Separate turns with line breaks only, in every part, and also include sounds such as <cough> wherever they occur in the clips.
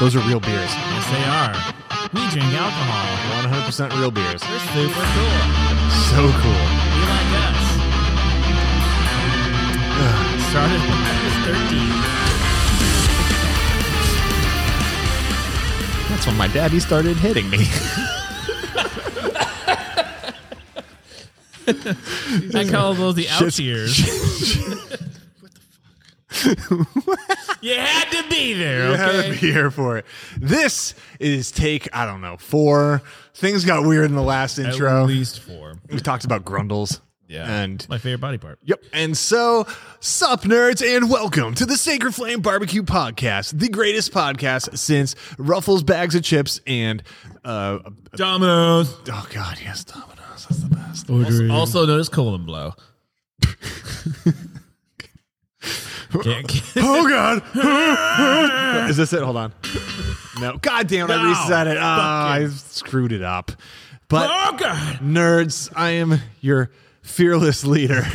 Those are real beers.
Yes, they are. We drink alcohol.
100% real beers.
We're super cool.
So cool.
Be like us. <sighs> Started when I
That's when my daddy started hitting me. <laughs>
was 13. I call those <laughs> the out years. what the <laughs> fuck? you had to be there,
I had
<laughs> okay?
to be here for it. This is take, I don't know, four. Things got weird in the last
At
intro.
least four.
We talked about grundles.
Yeah.
And
my favorite body part.
Yep. And so, sup, nerds, and welcome to the Sacred Flame Barbecue Podcast, the greatest podcast since Ruffles Bags of Chips and, uh,
Dominoes.
oh God, yes, Domino's. That's the best.
Also, also known as colon blow. <laughs> Can't <laughs> get-
Oh God. <laughs> Is this it? Hold on. No. God damn it. I
No.
reset it. Ah, I screwed it up. But,
oh god!
nerds, I am your fearless leader. <laughs>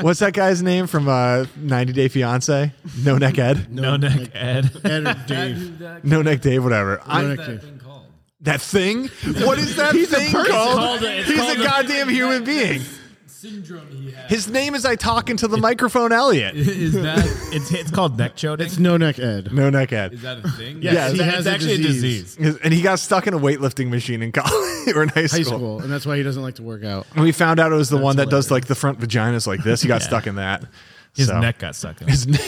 What's that guy's name from uh, 90 Day Fiance? No Neck Ed?
No neck, <laughs> Ed.
Ed or Dave.
No Neck Dave, whatever. I'm,
Neck Dave.
That thing? What is that thing called?
called a- it's
He's
called
a
a-
goddamn human being.
syndrome he has.
His name is I talk into the microphone, Elliot.
<laughs>
Is that
It's it's called neck chode.
It's no neck Ed.
No neck ad.
is that a thing?
Yeah,
it's,
he
has
it's
a
actually a
disease.
disease.
His- And he got stuck in a weightlifting machine in <laughs> college or in high
High
school.
school, and that's why he doesn't like to work out.
And we found out it was the one that does like the front vaginas like this. He got stuck in that.
His
So-
neck got stuck in. <laughs>
His neck.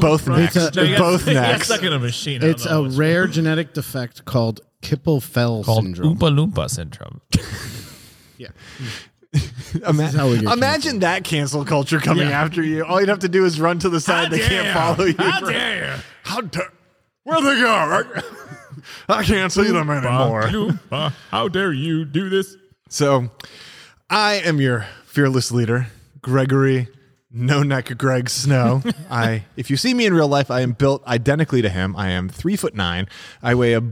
Both necks.
It's a-
he got- <laughs>
both
he got
necks.
stuck in a machine. I
It's
don't know
a
what's-
rare genetic defect called Kippel-Fell
called
syndrome.
Oompa Loompa syndrome.
Yeah.
Ima-
how we get
imagine that cancel culture coming
Yeah. Ah,
after you. All you'd have to do is run to the side. they can't follow you.
How
for-
dare
How dare? Where'd they go? I can't see them anymore.
you? Oompa, How dare you do this?
So I am your fearless leader, Gregory No Neck Greg
<laughs>
Snow. I if you see me in real life, I am built identically to him. I am three foot nine. I weigh a,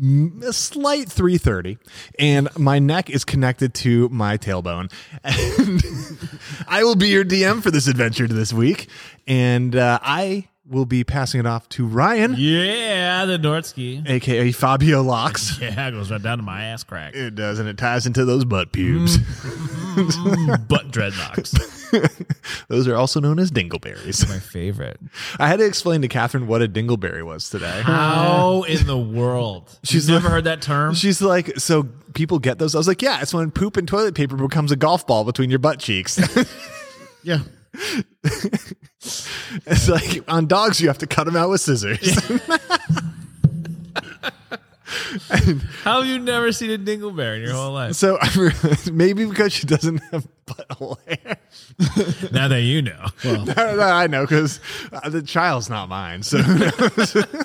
m- a slight 330 and my neck is connected to my tailbone and <laughs> i will be your dm for this adventure this week and uh, i will be passing it off to ryan
Yeah, the Nordsky.
aka fabio locks
Yeah, it goes right down to my ass crack.
It does, and it ties into those butt
Mm.
pubes.
Butt dreadlocks.
those are also known as dingleberries.
my favorite.
I had to explain to Catherine what a dingleberry was today.
How in the world?
Uh, She's
She's never heard that term.
She's like, so people get those. I was like, yeah, it's when poop and toilet paper becomes a golf ball between your butt cheeks. <laughs>
<laughs>
Yeah.
it's like on dogs, you have to cut them out with scissors.
How have you never seen a dingleberry in your
<laughs>
whole
<laughs>
life?
so I realized maybe because she doesn't have butthole hair. <laughs>
Now that you know.
No, no, I know because the child's not mine. So. <laughs> who knows?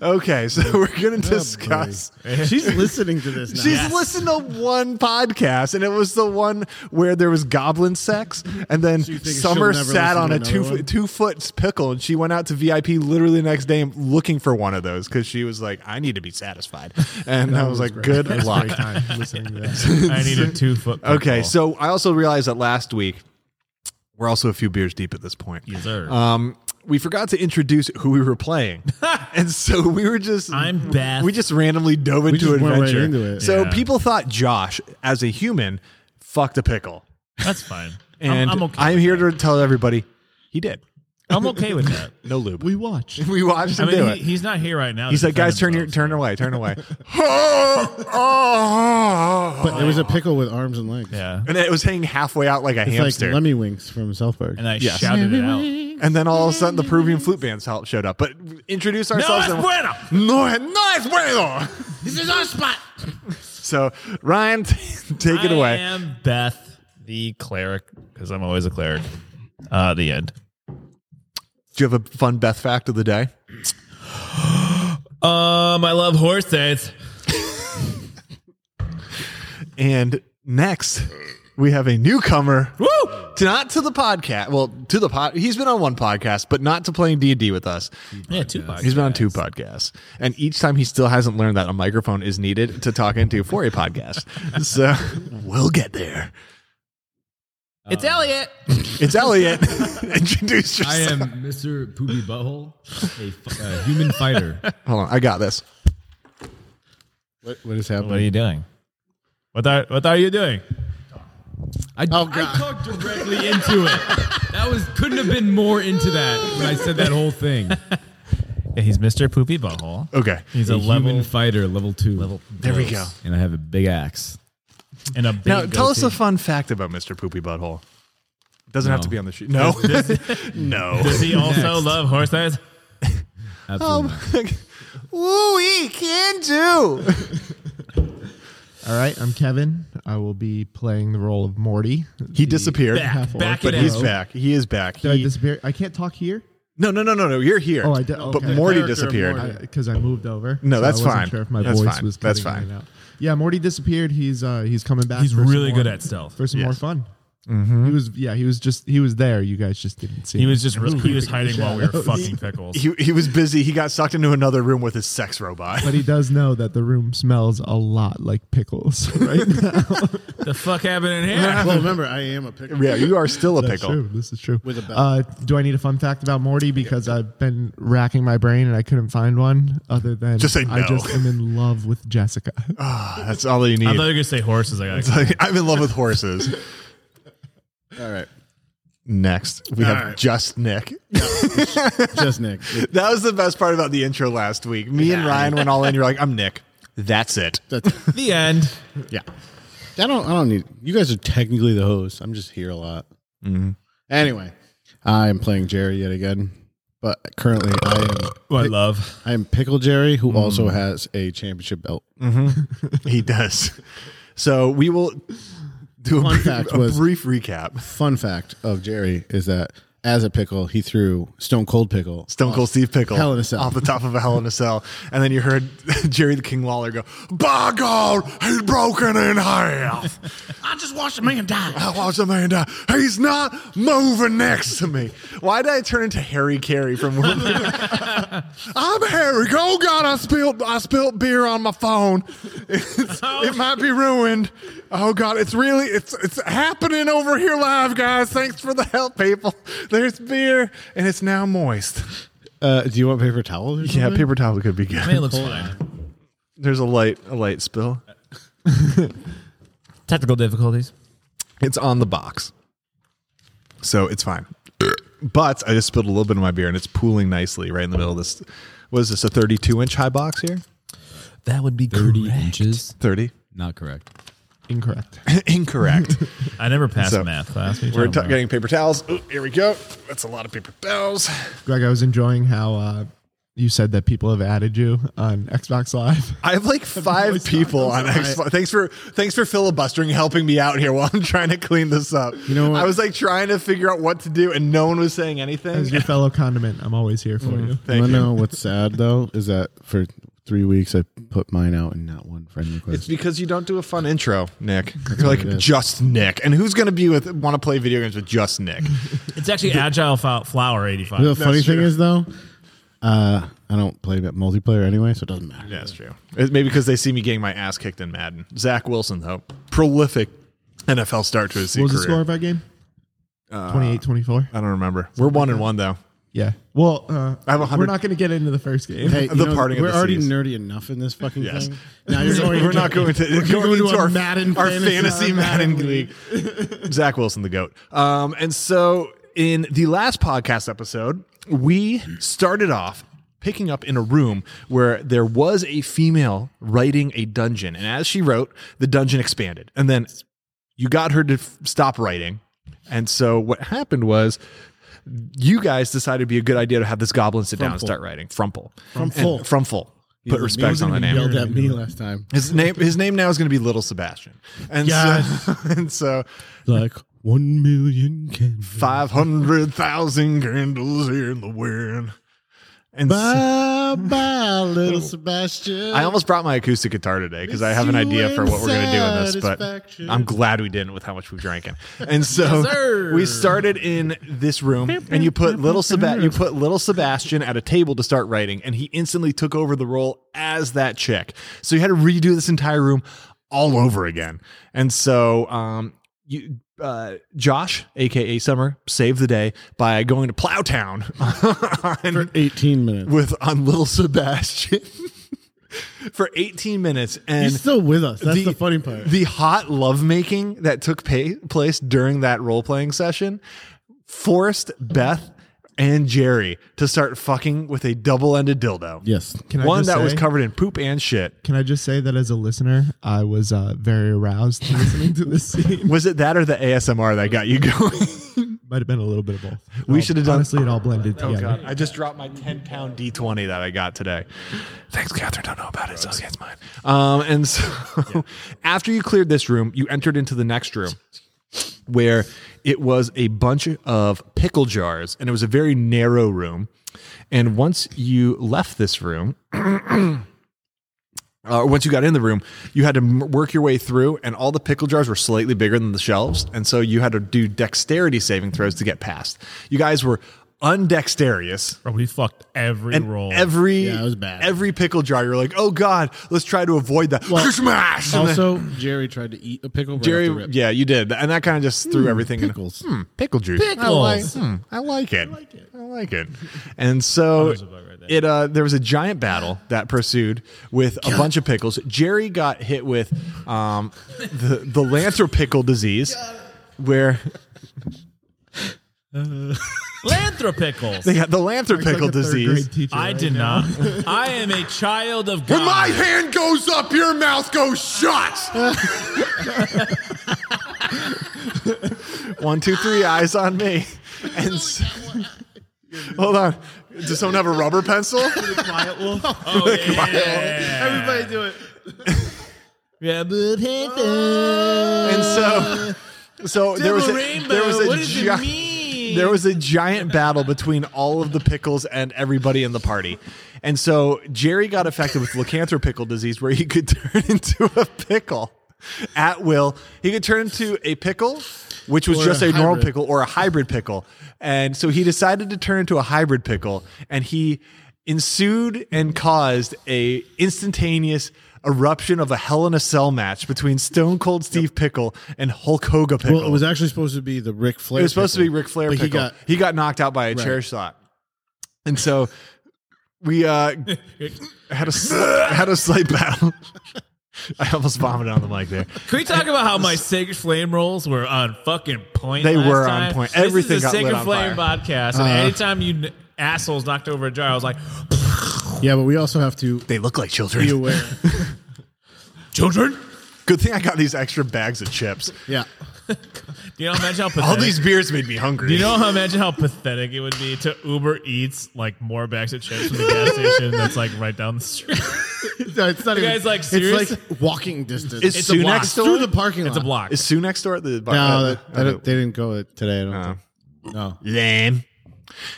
Okay, so we're going to discuss
Oh, She's listening to this now.
She's listened to one podcast, and it was the one where there was goblin sex, and then
you think
Summer
she'll never
sat
listen
on
to
a
another
two
one?
two foot pickle, and she went out to VIP literally the next day looking for one of those because she was like, "I need to be
<laughs>
satisfied," and I was like, "Good luck."
I'm listening to
<laughs>
that.
I need a two foot.
Okay, so I also realized that last week we're also a few beers deep at this point. Um, we forgot to introduce who we were
<laughs>
playing, and so we were just
I'm Beth.
we just randomly dove into
just went right
adventure.
into it.
So
Yeah.
people thought Josh, as a human, fucked a pickle,
That's
<laughs>
fine. I'm-
and
I'm,
I'm,
okay.
here to tell everybody he did.
I'm okay with
<laughs>
that.
No lube.
We watched.
we watched
I
him do
mean,
it.
he, he's not here right now.
He's like, guys, turn your <laughs>
your
turn away, turn away.
But <laughs> it was a pickle with arms and legs.
Yeah,
and it was hanging halfway out like a
It's
hamster.
like Lemmy Winks from South Park.
and I
Yes.
shouted it out. No
<laughs> and then all of a sudden, the Peruvian flute band sol- showed up. But introduce ourselves.
es
and-
bueno.
No, no es bueno.
This is our spot.
<laughs> So Ryan, <laughs> take it
I
away.
am Beth, the cleric, because I'm always a cleric. Uh, the end.
Do you have a fun Beth fact of the day?
Um, I love horses.
And next, we have a newcomer,
Woo!
to, not to the podcast. Well, to the pod. He's been on one podcast, but not to playing D and D with us.
Yeah, two bucks.
He's been on two podcasts, and each time he still hasn't learned that a microphone is needed to talk into for a podcast. so we'll get there.
It's Elliot.
It's Elliot. Introduce
I
yourself.
am Mr. Poopy Butthole, a f- a human fighter.
Hold on, I got this.
What, what is
What are
happening?
you doing? What are What are you doing?
I,
Oh,
I talked directly into it. That was couldn't have been more into that when I said that whole thing.
Yeah, he's Mr. Poopy Butthole.
Okay,
He's a
a
level
human fighter, level two.
there we go.
And I have a big axe.
and a big
Now, tell us
goatee.
a fun fact about Mr. Poopy Butthole. Doesn't have to
No.
be on the sheet. No, <laughs> no.
Does he also love horse eyes?
<laughs>
Absolutely. not.
Ooh, he Um, can do.
All right, I'm Kevin. I will be playing the role of Morty.
He disappeared,
Back,
Half-orc.
back
but
it
he's
out.
back. He is back.
Did I
He-
disappear? I can't talk here
no, no, no, no, no. You're here.
Oh, I did-
But
okay.
Morty
Character of
disappeared.
Morty.
because I, moved over.
No,
so
that's
I wasn't
fine.
Sure if my
That's
voice
fine.
was
That's
cutting in
fine.
and out. Yeah, Morty disappeared. He's uh he's coming back.
He's
for some
really
more-
good at stealth.
for some more
Yes. Mm-hmm.
fun. He was yeah. He was just he was there. You guys just didn't see.
He
him.
was just he was hiding while we <laughs> were fucking pickles.
He, he was busy. He got sucked into another room with his sex robot. <laughs>
but he does know that the room smells a lot like pickles. Right?
the fuck happened in <laughs> here?
Well, remember, I am a pickle.
yeah, you are still a
That's
pickle.
true. This is true.
With a belt.
Uh, do I need a fun fact about Morty because I've been racking my brain and I couldn't find one other than
Just say
I
no.
just am in love with Jessica.
Ah, that's all that you
I thought
need.
you were gonna say horses. I got
I'm in love with horses.
All right.
Next, we have
All right.
just Nick.
Just Nick.
That was the best part about the intro last week. Me and Ryan went all in. You're like, I'm Nick. That's it.
That's,
the end.
yeah. I don't. I don't need. You guys are technically the host. I'm just here a lot.
Mm-hmm.
Anyway, I am playing Jerry yet again, but currently I am
Oh,
Who I <laughs> love.
I am Pickle Jerry,
Mm.
who also has a championship belt.
He does. So we will do a,
Fun
brief,
fact
a
was-
brief recap.
Fun fact of Jerry is that as a pickle, he threw Stone Cold Pickle.
Stone Cold Steve Pickle
Hell in a Cell.
off the top of a Hell in a Cell, and then you heard <laughs> Jerry the King Lawler go, "By God, he's broken in half."
<laughs> I just watched a man die.
I watched a man die. He's not moving next to me. Why did I turn into Harry Carey from? <laughs> I'm Harry. Oh God, I spilled I spilled beer on my phone. It's, It might be ruined. Oh God, it's really it's it's happening over here live, guys. Thanks for the help, people. There's beer, and it's now moist.
Uh, do you want paper towels? Or
Yeah,
something?
paper towel could be good.
I mean, it looks fine.
<laughs> There's a light, a light spill.
Technical difficulties.
It's on the box, so it's fine. but I just spilled a little bit of my beer, and it's pooling nicely right in the middle of this. What is this? A 32 inch high box here?
That would be
30
correct.
inches.
30.
Not correct.
<laughs> Incorrect.
<laughs> Incorrect.
I never passed
So,
math class. What are
<laughs>
you
We're
talking
t-
about?
getting paper towels. Ooh, here we go. That's a lot of paper towels.
Greg, I was enjoying how uh, you said that people have added you on Xbox Live. <laughs>
I have <laughs> like five people on Xbox. Thanks for thanks for filibustering, helping me out here while I'm <laughs> trying to clean this up. You
know what?
I was like trying to figure out what to do, and no one was saying anything.
As your fellow condiment, I'm always here for you.
I
Thank you.
know what's sad though is that for three weeks I put mine out and not one friend
It's
request.
because you don't do a fun intro, Nick. You're like
what it is.
just Nick, and who's going to be with want to play video games with just Nick?
It's actually Agile Fou- Flower
the
85.
funny thing
true.
is though, uh, I don't play that multiplayer anyway, so it doesn't matter.
Yeah, that's true. It's maybe because they see me getting my ass kicked in Madden. Zach Wilson, though, prolific NFL start to his
What was the
career.
score of that game?
Uh,
28 24.
I don't remember. We're one and one though.
Yeah. Well, uh,
I have a
we're
hundred-
not going to get into the first
<laughs>
game.
Hey, you
The
know,
parting of
we're
the
already
seas.
nerdy enough in this fucking
Yes.
thing. Now
<laughs>
you're going
We're not going to
We're
going,
going to
into
a
our
Madden
our
fantasy
fantasy Madden
Madden
league. Zach Wilson, the goat. Um, and so in the last podcast episode, we started off picking up in a room where there was a female writing a dungeon, and as she wrote, the dungeon expanded, and then you got her to f- stop writing. And so what happened was. You guys decided it'd be a good idea to have this goblin sit down and start writing. Frumple.
Frumple.
And- Frumple. Put respect on the name.
Yelled at me last time.
His name his name now is going to be Little Sebastian. And so <laughs> and so
Like one million can
500,000 candles in the wind. And so,
bye <laughs> bye, little Sebastian.
I almost brought my acoustic guitar today because I have an
You
idea for what we're going to do in this, but
satisfaction.
I'm glad we didn't with how much we've drinking. And so we started in this room and you put little Seba- you put little Sebastian at a table to start writing and he instantly took over the role as that chick. So you had to redo this entire room all over again. And so um you, uh, Josh, aka Summer, saved the day by going to Plowtown <laughs> on,
18 minutes.
with on Little Sebastian <laughs> for 18 minutes, and
He's still with us. That's the, funny part.
the hot lovemaking that took pay, place during that role playing session forced Beth and Jerry to start fucking with a double ended dildo.
yes.
Can I
One
just
that was
say-
covered in poop and shit.
Can I just say that as a listener, I was uh, very aroused listening to this <laughs> scene.
Was it that or the ASMR that got you <laughs> going?
Might have been a little bit of both. It
We
all-
should have done-
Honestly, it all blended
Oh
together.
god, I just dropped my ten pound D twenty that I got today. Thanks, Catherine. Don't know about it, so it's mine. Um, and so <laughs> after you cleared this room, you entered into the next room where it was a bunch of pickle jars, and it was a very narrow room. And once you left this room, uh, once you got in the room, you had to m- work your way through, and all the pickle jars were slightly bigger than the shelves, and so you had to do dexterity saving throws to get past. You guys were undexterious,
Bro, we fucked every
and
roll.
every
Yeah, it was bad.
every pickle jar, you're like, oh god, let's try to avoid that. Smash! And then-
Also, <laughs> Jerry tried to eat a pickle. right off the
Jerry,
rip.
yeah, you did, and that kind of just threw everything in
pickles.
Hmm, pickle juice. I like,
Pickles.
hmm, I like it. I like it. I like it. And so it uh, there was a giant battle that pursued with a bunch of pickles. Jerry got hit with um, the the lancer pickle disease, where <laughs>
Lanthropickles.
they got the lancer pickle
a third
disease.
grade teacher
I
right
did
<laughs>
now.
not. I am a child of
When
God.
my hand goes up, your mouth goes shut. One, two, three, eyes on me. And s- hold on. Does someone have a rubber
<laughs>
pencil?
oh, yeah.
Everybody do it.
Rubber Panther.
And so, so there was a,
rainbow.
there was a
what does it
gi-
mean?
there was a giant battle between all of the pickles and everybody in the party. And so Jerry got affected with lycanthropickle disease where he could <laughs> turn into a pickle at will. He could turn into a pickle, which was
Or
just a,
a
normal
hybrid.
pickle or a hybrid pickle. And so he decided to turn into a hybrid pickle and he ensued and caused a instantaneous eruption of a Hell in a Cell match between Stone Cold Steve Pickle and Hulk Hogan Pickle.
Well, it was actually supposed to be the Ric Flair.
It was supposed to be
pickle,
Ric Flair
but
pickle.
He got
he got knocked out by a chair shot, and so we uh, had a sli- had a slight battle. <laughs> I almost vomited on the mic there.
Can we talk about how
<laughs>
my sacred flame rolls were on fucking point?
They
last
were on
time?
point.
This
Everything
is a
got lit on
sacred
Uh-huh.
flame podcast, and anytime you n- assholes knocked over a jar, I was like,
yeah, but we also have to
They look like
be
children. <laughs>
aware.
"Children,
Good thing I got these extra bags of chips.
yeah,
do you know imagine how
<laughs>
pathetic?
All these beers made me hungry.
do you know how imagine how pathetic it would be to Uber Eats like more bags of chips from the gas station that's like right down the street?
No, it's not
You
even.
guys, like,
it's
serious?
like walking distance.
Is
It's a
Sue
block.
next door?
through the parking lot.
It's a block.
Is Sue next door at the bar?
No,
uh,
that,
uh,
I don't, they didn't go with today. I don't think. No.
Lame.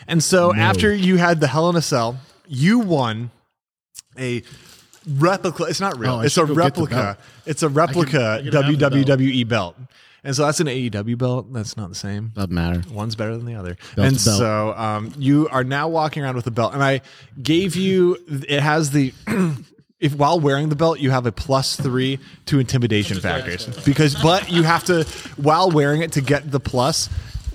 And so after you had the Hell in a Cell, you won a replica. It's not real.
Oh, I
it's a
should go get the belt.
replica. It's a replica
I can have the belt.
WWE belt. And so that's an AEW belt. That's not the same.
Doesn't matter.
One's better than the other.
Belt's
and
a belt.
so um, you are now walking around with a belt. And I gave you, it has the. <clears throat> If while wearing the belt, you have a plus three to intimidation factors because, but you have to while wearing it to get the plus.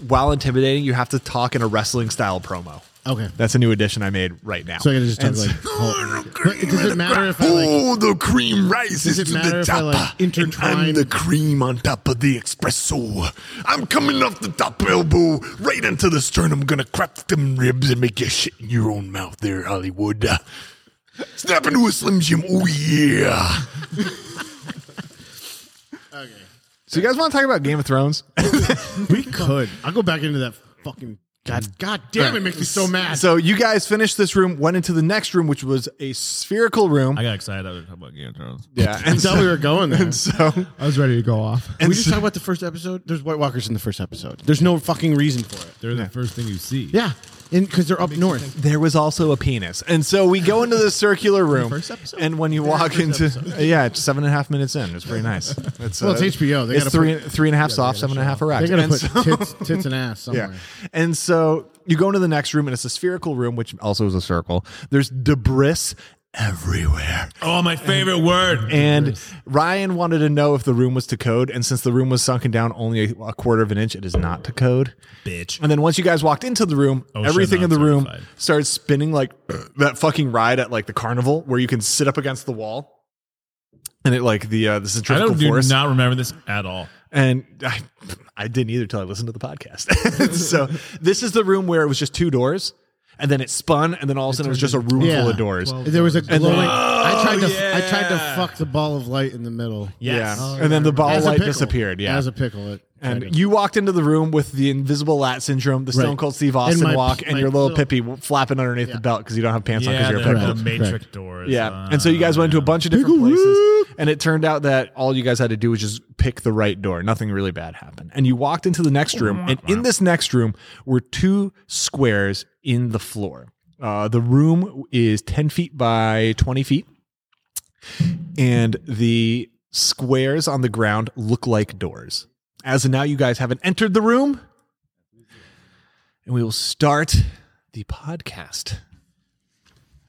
While intimidating, you have to talk in a wrestling style promo.
Okay.
That's a new addition I made right now.
So I gotta just talk
And
like.
so- <laughs>
Hulk. But does it matter if I like?
oh, the cream rises
Does it
to
matter
the
if I,
top.
like, intertwine-
And I'm the cream on top of the espresso. I'm coming off the top elbow right into the sternum. I'm gonna crack them ribs and make you shit in your own mouth there, Hollywood. Snap into a Slim Jim. Oh, yeah.
Okay.
So, you guys want to talk about Game of Thrones?
We could. I'll go back into that fucking. God, God damn! It makes me so mad.
So, you guys finished this room, went into the next room, which was a spherical room.
I got excited. I was talking about Game of Thrones.
yeah.
<laughs> I
And
thought we were going there.
<laughs> so,
I was ready to go off.
we just talk about the first episode. There's White Walkers in the first episode. There's no fucking reason for it.
They're the first thing you see.
Yeah, and because they're up north.
there was also a penis. And so we go into the
<laughs>
circular room. And when you walk into, yeah, it's seven and a half minutes in. It's pretty nice. It's, uh,
Well, it's HBO. They
it's
gotta
three, three and a half soft, seven and a half erect.
They're gonna
And
put
so-
<laughs> tits, tits and ass somewhere.
yeah. And so you go into the next room, and it's a spherical room, which also is a circle. There's debris everywhere.
Oh, my favorite word.
And Ryan wanted to know if the room was to code, and since the room was sunken down only a, a quarter of an inch, it is not to code.
Bitch.
And then once you guys walked into the room,
OSHA
everything in the room
non-certified.
started spinning like <clears throat> that fucking ride at like the carnival where you can sit up against the wall. And it like the uh, the
I
centrifugal
don't do
force.
not remember this at all.
And I, I didn't either till I listened to the
<laughs>
podcast. <laughs> so this is the room where it was just two doors, and then it spun, and then all of a sudden it was just a room full of
Yeah.
doors.
There was a glowing. I tried to. I tried to
yeah.
fuck the ball of light in the middle.
Yeah. Oh.
Yes.
and then the ball
Oh, As a
light
pickle.
disappeared. Yeah.
as a pickle. It tried
and
to-
you walked into the room with the invisible lat syndrome, the Stone
Right.
Cold Steve Austin
And my-
walk, and
my
your little
little-
pippy flapping underneath the belt because you don't have pants on
Yeah,
because
the,
you're a pickle.
the
Correct.
matrix doors.
Yeah.
uh,
and so you guys went to a bunch of different places, and it turned out that all you guys had to do was just pick the right door. Nothing really bad happened. And you walked into the next room, and in this next room were two squares in the floor. Uh, the room is 10 feet by 20 feet, and the squares on the ground look like doors. As of now, you guys haven't entered the room, and we will start the podcast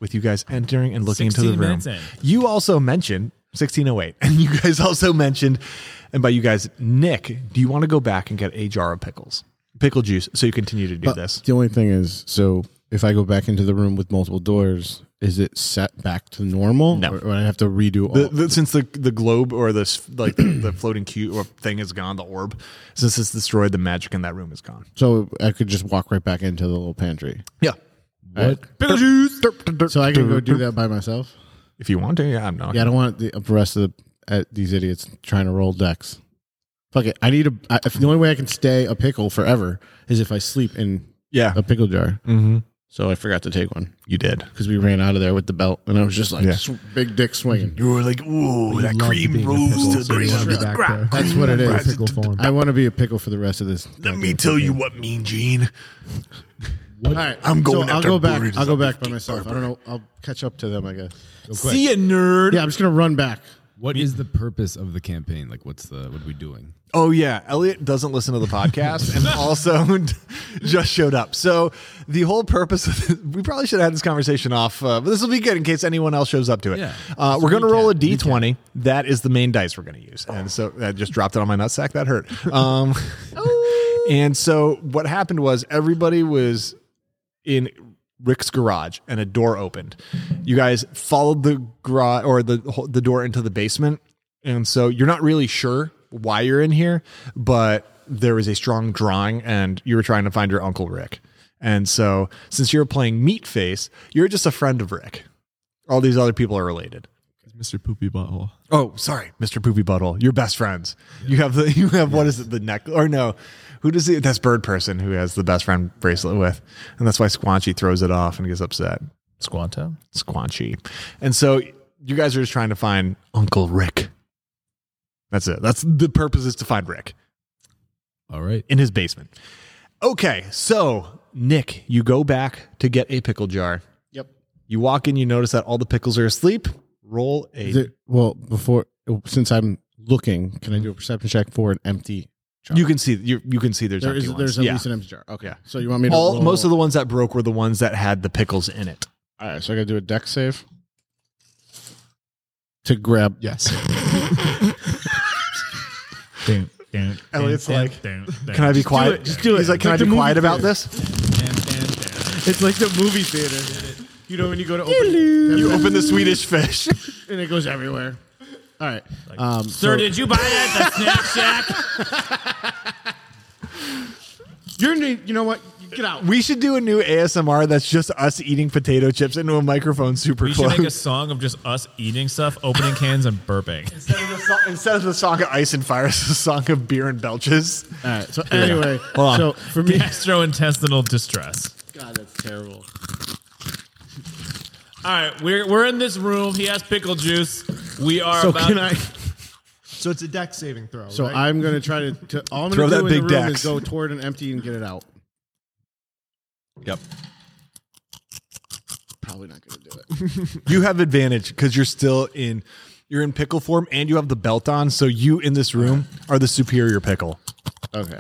with you guys entering and looking into the
16
room.
minutes in.
You also mentioned 1608, <laughs> and you guys also mentioned, and by you guys, Nick, do you want to go back and get a jar of pickles, pickle juice, so you continue to do
But
this?
The only thing is, so if I go back into the room with multiple doors, is it set back to normal?
No.
or would I have to redo all?
The, the, since the the globe or this like the, the floating cube or thing is gone, the orb, since it's destroyed, the magic in that room is gone.
so I could just walk right back into the little pantry.
Yeah.
What?
Pickle juice.
So I can go do that by myself.
If you want to, yeah, I'm not.
Yeah, I don't want the rest of the, uh, these idiots trying to roll decks. Fuck it. I need a. I, if the only way I can stay a pickle forever is if I sleep in
Yeah.
a pickle jar.
Mm-hmm.
So I forgot to take one
You did.
because we ran out of there with the belt, and I was just like
Yeah.
sw- big dick swinging.
You were like, ooh, that cream rose to the,
wanna be
to the
back
ground.
there.
That's what it
Right.
is.
Pickle form.
I want to be a pickle for the rest of this.
Let me tell you what, Mean Gene.
All right,
I'm going
I'll
after
go back.
Brutus
I'll go
and
back by
Beefcake
myself. I don't know. I'll catch up to them. I guess.
See ya, nerd.
Yeah, I'm just gonna run back.
What is the purpose of the campaign? Like, what's the what are we doing?
Oh yeah, Elliot doesn't listen to the podcast and also <laughs> just showed up. So the whole purpose of this, we probably should have had this conversation off, uh, but this will be good in case anyone else shows up to it.
Yeah.
Uh, we're going to roll a d20. That is the main dice we're going to use, and so I just dropped it on my nutsack. That hurt. Um, <laughs> and so what happened was everybody was in Rick's garage and a door opened. You guys followed the garage or the ho- the door into the basement, and so you're not really sure why you're in here, but there was a strong drawing, and you were trying to find your uncle Rick. And so, since you're playing Meat Face, you're just a friend of Rick. All these other people are related.
Mr. Poopy Butthole.
Oh, sorry, Mr. Poopy Buttle. You're best friends. You have the you have what is it? The neck or no? Who does it? That's Bird Person who has the best friend bracelet with, and that's why Squanchy throws it off and gets upset.
Squanto.
Squanchy, and so you guys are just trying to find Uncle Rick. That's it. That's the purpose is to find Rick
All right.
in his basement. Okay, so Nick, you go back to get a pickle jar.
Yep.
You walk in. You notice that all the pickles are asleep. Roll a
Is it- well, before since I'm looking, can I do a perception check for an empty? jar?
You can see you, you can see there's
There
empty
is
ones.
there's at
Yeah.
least an empty jar. Okay.
Yeah.
So you want me to
All most of the ones that broke were the ones that had the pickles in it.
All right. So I gotta do a deck save to grab.
Yes.
<laughs> Elliot's like, Can I be quiet? just do it. He's like, can I be quiet about this?
It's like the movie theater. You know when you go to open
You open the Swedish fish.
and it goes everywhere. All right. Um,
Sir, did you buy that at the snack
<laughs>
shack?
you're ne- you know what? Get out.
we should do a new ASMR that's just us eating potato chips into a microphone super
We should
close.
make a song of just us eating stuff, opening cans, and burping.
<laughs> instead, of the song, instead of the song of ice and fire, <laughs> it's the song of beer and belches.
All right. So anyway,
Hold on.
so
<laughs>
for me,
Gastrointestinal distress.
God, that's terrible.
All right, we're we're in this room. He has pickle juice. We are
So
about
can I?
so it's a deck saving throw.
So
right?
I'm gonna try to, to
<laughs>
all I'm
Throw
gonna
that
do in the
big
room
dex.
is go toward an empty and get it out.
Yep.
Probably not gonna do
<laughs>
it.
You have advantage because you're still in you're in pickle form and you have the belt on, so you in this room are the superior pickle.
Okay.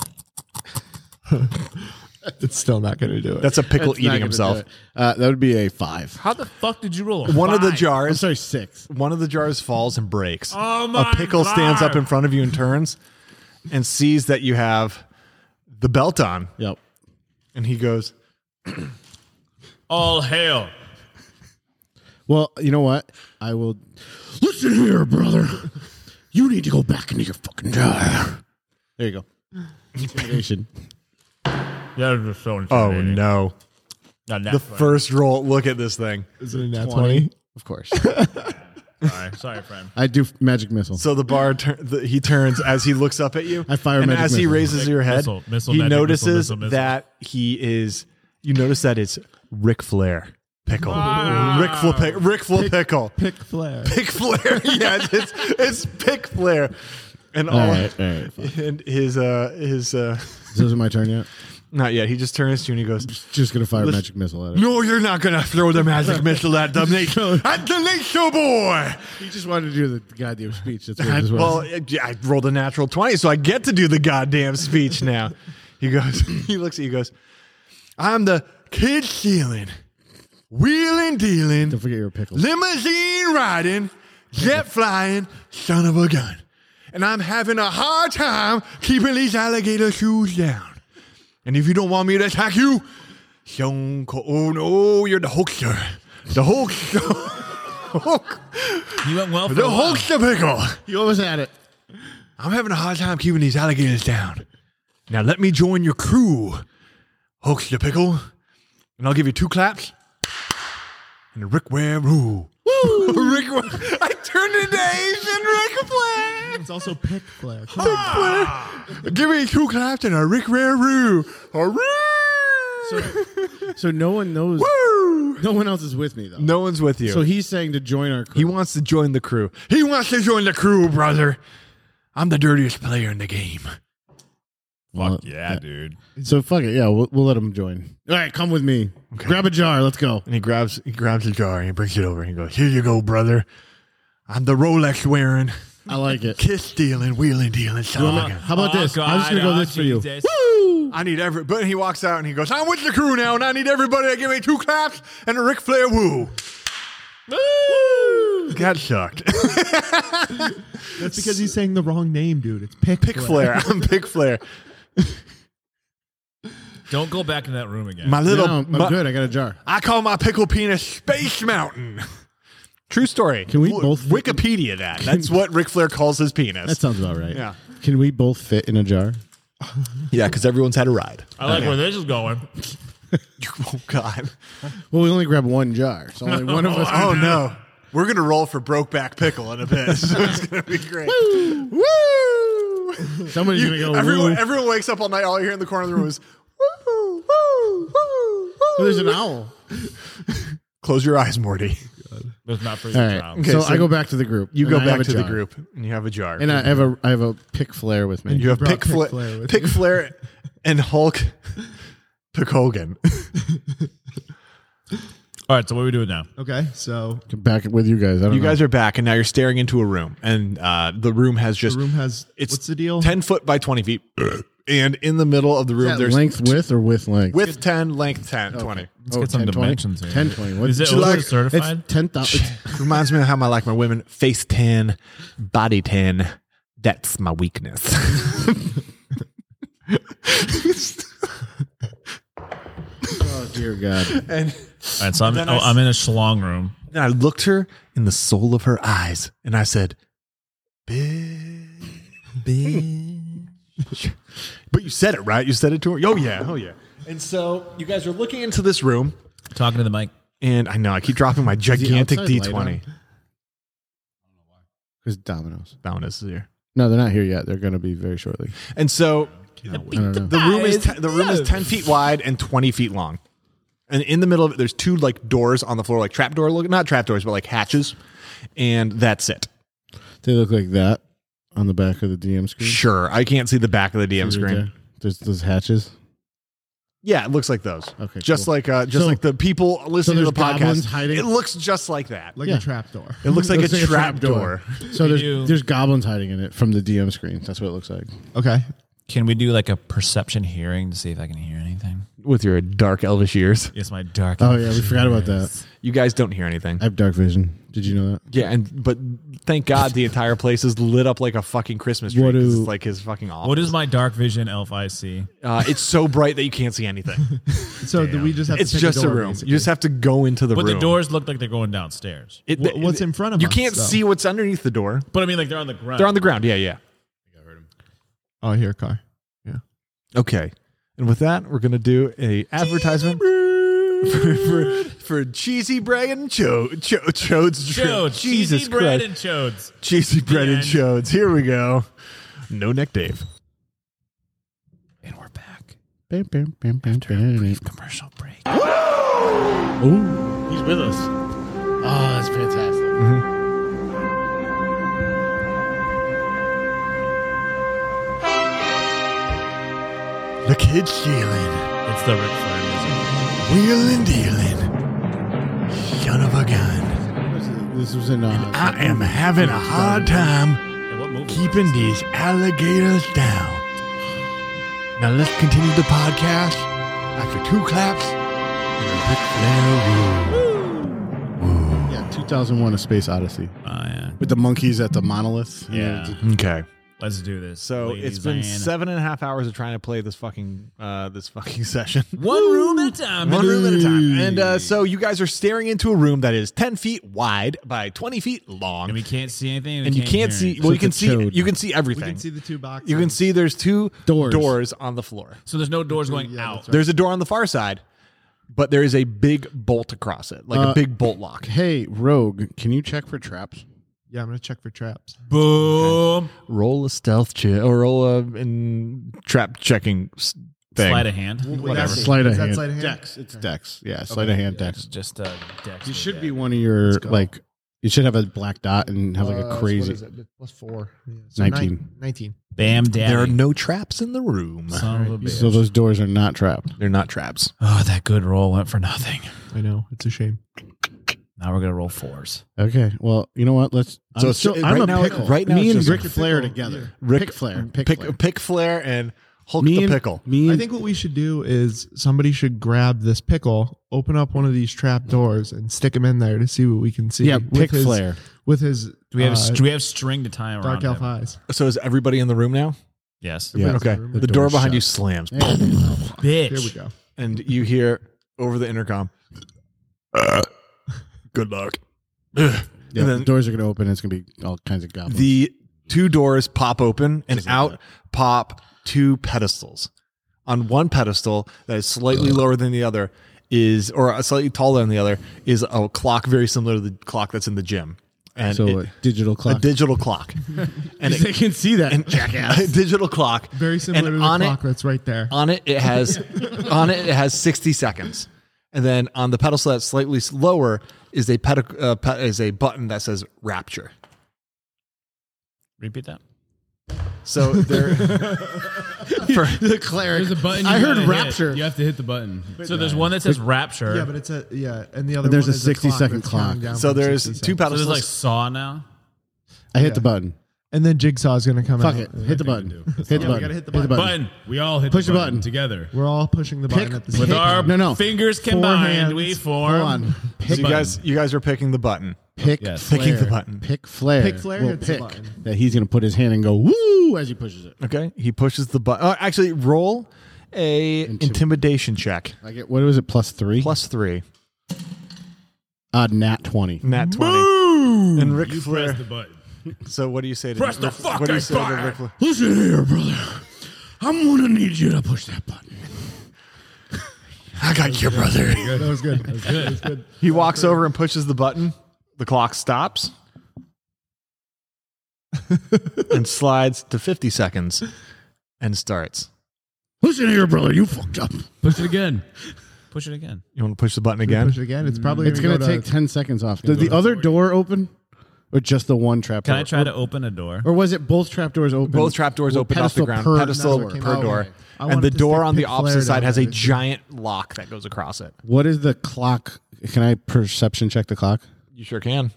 It's still not going to do it.
That's a pickle
It's not
eating
gonna
himself.
do it. Uh, that would be a five.
How the fuck did you roll a
One of the
five?
I'm
jars,
sorry, six.
one of the jars falls and breaks.
Oh my
a pickle stands up
God.
in front of you and turns and sees that you have the belt on,
Yep.
and he goes,
All hail.
Well, you know what? I will. Listen here, brother. You need to go back into your fucking jar. There you go. Intimidation.
That was so
"Oh
intimidating.
no!"
Not that
The
funny.
first roll. Look at this thing.
Is it a nat 20?
Of course.
Sorry. Sorry, friend.
I do f- magic missile.
So the bar tur- the, he turns as he looks up at you.
I fire
and
magic
as he
missile.
raises your head,
Missile, missile,
he
magic missile,
notices
missile, missile.
that he is. You notice that it's Ric Flair pickle. Rick Flair, pick, Ric Flair pickle.
Pick flare.
Pick Flair. <laughs> yeah, it's it's Pick Flair, and all,
all right. All right. fine.
and his uh his uh
This isn't my turn yet.
not yet. He just turns to you and he goes.
Just gonna fire magic missile at it.
No, you're not gonna throw the magic <laughs> missile at the Nate, at the Nate Show boy.
He just wanted to do the goddamn speech. That's what
I,
it was.
well, I I rolled a natural 20, so I get to do the goddamn speech now. He goes, <laughs> he looks at you, goes, I'm the kid stealing, wheeling dealing,
Don't forget your pickles.
limousine riding, jet flying, son of a gun. And I'm having a hard time keeping these alligator shoes down. And if you don't want me to attack you, Stone Cold, oh no, you're the hoaxer. The hoaxer. Hoax-
You went well for
the
a while.
hoaxer pickle.
You almost had it.
I'm having a hard time keeping these alligators down. Now let me join your crew, Hoax the Pickle, and I'll give you two claps and a Rick Ware rule. Woo! <laughs> Rick Ware. I turned into
It's also pick flare.
Asian Rick Flair. Give me two claps and a Rick Ware rule. A roo!
<laughs> So no one knows.
Woo!
No one else is with me though.
No one's with you.
So he's saying to join our crew.
He wants to join the crew. He wants to join the crew, brother. I'm the dirtiest player in the game.
Well,
Yeah, dude.
So fuck it. Yeah, we'll, we'll let him join. All right, come with me. Grab a jar. Let's go.
And he grabs he grabs a jar and he brings it over and he goes, Here you go, brother. I'm the Rolex wearing,
I like it.
kiss stealing, wheeling dealing, son of a gun.
How about
Oh,
this? I'm just gonna go this for you.
I need every but he walks out and he goes, I'm with the crew now, and I need everybody to give me two claps and a Ric Flair woo. That sucked. <laughs>
That's because he's saying the wrong name, dude. It's pick,
Pick Flair. I'm Pick Flair.
Don't go back in that room again.
My little
No, I'm
my-
good. I got a jar.
I call my pickle penis Space Mountain. True story.
Can we
W-
both-
Wikipedia that? That's what Ric Flair calls his penis.
That sounds about right.
Yeah.
Can we both fit in a jar?
yeah, because everyone's had a ride.
I like where this is going.
<laughs> oh God.
Well, we only grab one jar, so only one of us.
<laughs> Oh no. We're gonna roll for Brokeback Pickle in a bit. So <laughs> it's gonna be great. Woo!
Somebody's
You-
gonna go.
everyone,
woo.
everyone wakes up all night. All you hear in the corner of the room is woo, woo, woo, woo.
There's an owl.
Close your eyes, Morty. <laughs>
It's not for you,
All right.
Tom.
Okay,
so,
so
I go back to the group.
You
and
go
I have
back
a
to the
jar.
group and you have a jar.
and I have a I have a pick flare with me.
you have Pick,
Pick
Fla-
Flair with
Pick Flair and Hulk Pick Hogan.
All right, so what are we doing now?
Okay, so
Come back with you guys. I don't
You
know.
guys are back, and now you're staring into a room, and uh, the room has
the
just
room has.
it's
what's the deal?
ten foot by twenty feet, and in the middle of the room
Is that
there's
length width or width length? Oh,
with 10 length 10 20
Let's get some
10, 20.
dimensions here.
10, 20. What-
Is it
It's
OSHA
like-
certified?
It's 10,000.
<laughs>
reminds me of how i like my women face 10 body 10 that's my <laughs> weakness
Oh, dear God.
and
All right, so I'm,
Then
oh,
I s-
I'm in a schlong room.
then i looked her in the soul of her eyes and i said bitch <laughs> bitch but you said it right you said it to her oh yeah oh yeah and so you guys are looking into this room
Talking to the mic.
and i know i keep dropping my
the
gigantic
outside
d20
light Because dominoes.
bonus here
No, they're not here yet. They're going to be very shortly.
and so
I don't know.
The room is te- the room is ten feet wide and twenty feet long, and in the middle of it, there's two like doors on the floor, like trap door look, not trap doors, but like hatches, and that's it.
They look like that on the back of the DM screen.
Sure, I can't see the back of the DM
Hmm. Right
screen.
there. There's those hatches.
Yeah, it looks like those.
Okay,
just
cool.
like uh, just
So-
like the people listening to
so
the
there's goblins
podcast.
hiding?
It looks just like that.
Like
Yeah.
a trapdoor.
it
<laughs>
looks like
Looks
a
like a
trap
trap
door.
door. So
do-
there's, there's goblins hiding in it from the DM screen. That's what it looks like.
Okay,
Can we do like a perception hearing to see if I can hear anything?
with your dark elvish ears.
It's my dark.
Oh yeah, we forgot about that.
You guys don't hear anything.
I have dark vision. Did you know that?
yeah, and but thank God the entire place is lit up like a fucking Christmas tree.
What
'cause
do-
it's like his fucking office.
What is my dark vision elf I see?
uh, it's so bright that you can't see anything.
So do we just have
it's
to pick
just
a, door,
room.
basically?
You just have to go into the
But
room.
the doors look like they're going downstairs.
It-
Wha- what's in front of
you
us,
can't
though?
see what's underneath the door.
But I mean, like they're on the ground.
They're on the ground. Yeah, yeah.
Oh, here, car.
Okay. And with that, we're gonna do a advertisement for, for for cheesy bread and cho cho chodes.
Chodes,
Jesus
cheesy bread
Christ.
and chodes.
cheesy bread and
end.
chodes. Here we go. No neck, Dave.
And we're back.
Bam, bam, bam, bam, bam.
Commercial break.
He's with us.
Oh, that's fantastic.
The kid's stealing,
It's the Ric Flair music.
wheeling, dealing. Son of a gun.
This was in uh,
I am having a hard time
And what movie?
keeping these alligators down. Now let's continue the podcast after two claps and a Ric Flair rule.
yeah, 2001: A Space Odyssey
Oh, yeah.
with the monkeys at the monolith.
Yeah.
Okay.
Let's do this.
So it's
ladies
been
and-
seven and a half hours of trying to play this fucking uh, this fucking <laughs> session.
One room at a time.
One room at a time. And uh, so you guys are staring into a room that is ten feet wide by twenty feet long,
And we can't see anything. we
and you can't
hear
see.
anything.
Well, you
it's a
can see.
chode.
You can see
We
everything.
can see the two boxes.
you can see. There's two
Doors.
on the floor.
So there's no doors going out.
There's a door on the far side, but there is a big bolt across it, like a
Uh,
big bolt lock.
Hey, Rogue, can you check for traps?
Yeah, I'm gonna check for traps.
Boom.
Roll a stealth check or roll a in, trap checking s- thing.
Slide a hand.
Whatever.
Sleight of
Is that
hand.
sleight of hand?
Dex. It's Dex. Yeah, sleight of hand. Dex.
Just
uh,
a deck.
You should be one of your like. You should have a black dot and have like
Uh, so
a
what
crazy.
is it? Plus four. Yeah, so
19.
nine- Nineteen.
Bam,
There are
dad.
no traps in the room.
Son of a bitch.
So those doors are not trapped.
They're not traps.
Oh, that good roll went for nothing.
I know. It's a shame.
Now we're gonna roll fours.
Okay. Well, you know what? Let's.
So
I'm
it's-
still,
right
I'm a
now-
pickle.
right now
me
it's
and
just
Ric
a
Flair
pickle.
together.
Rick-
pick Flair. Pick,
Pick,
Flair.
pick Flair and Hulk
me
the
and,
Pickle.
Me
I
and-
think what we should do is somebody should grab this pickle, open up one of these trap doors, and stick him in there to see what we can see.
Yeah,
with
pick
his-
Flair.
With his
Do we have
uh,
do we have string to tie around?
dark
him?
elf eyes.
So is everybody in the room now?
Yes.
Yeah.
Okay.
room.
The,
The
door,
door's
behind
shut.
you slams,
Here we
Bitch.
go. <laughs>
and you hear over the intercom, "Good luck."
Yeah,
<sighs> and then-
the doors are going to open. It's going to be all kinds of goblins.
The two doors pop open, and out pop two pedestals. On one pedestal that is slightly lower than the other is, or slightly taller than the other, is a clock very similar to the clock that's in the gym, and
so
it-
a digital
a
clock.
digital clock. and it,
can see that.
and <laughs> a digital clock,
Very similar
and
to the
on it-
clock that's right there.
on it it has on it it has 60 seconds and then on the pedestal that's slightly s- lower is a pedi- uh, pe- is a button that says rapture
Repeat that.
so there for,
the cleric.
There's a button.
I
you
heard
gotta hit.
rapture.
You have to hit the button.
So there's one that says rapture.
yeah, but it's a yeah, and the other.
there's
one
a
is
60
clock
second
that's counting
clock.
down
so
from
there's
60
two
seconds.
so there's
pedestals
like saw now.
I hit the button.
And then Jigsaw's gonna come
Fuck
out.
it. Hit the button. Hit the
we
button.
gotta hit
Hit
the
the
button.
button.
Button. We all hit
Push
the
the
button,
button.
together.
We're all pushing the button
Pick-
at the
With
same
our
No, no.
fingers combined, we form.
Hold on.
so
Pick,
you guys you guys are picking the button
pick
Yes.
Flair.
Picking the button.
Pick Flair.
Pick Flair
will
hits the
pick
button.
That he's going to put his hand and go woo as he pushes it.
okay he pushes the button oh, actually roll a intimidation check
I get what was it? Plus three.
plus three
odd nat twenty.
nat 20 and Ric
You
Flair
press the button.
so what do you say to
Press the
what do
fucking
you say to
button.
Ric Flair
Listen here, brother. I'm going to need you to push that button.
I got you brother
That was good.
he walks over and pushes the button the clock stops <laughs> and slides to 50 seconds and starts.
Listen here, brother. You fucked up.
Push it again.
Push it again.
You want to push the button
Again?
again?
Push it again. It's probably
It's going
go
to take ten seconds off. Did the other door open, or just the one trap?
Can
door?
I try to open a door?
Or was it both trap doors open?
Both trapdoors
Well,
open off the
pedestal
ground,
per
pedestal
door.
per,
Oh, okay.
door.
I
And
wanted
the
to
door
stick
on the
Pink Flair
opposite side
down
has a
there.
giant lock that goes across it.
What is the clock? Can I perception check the clock?
You sure can.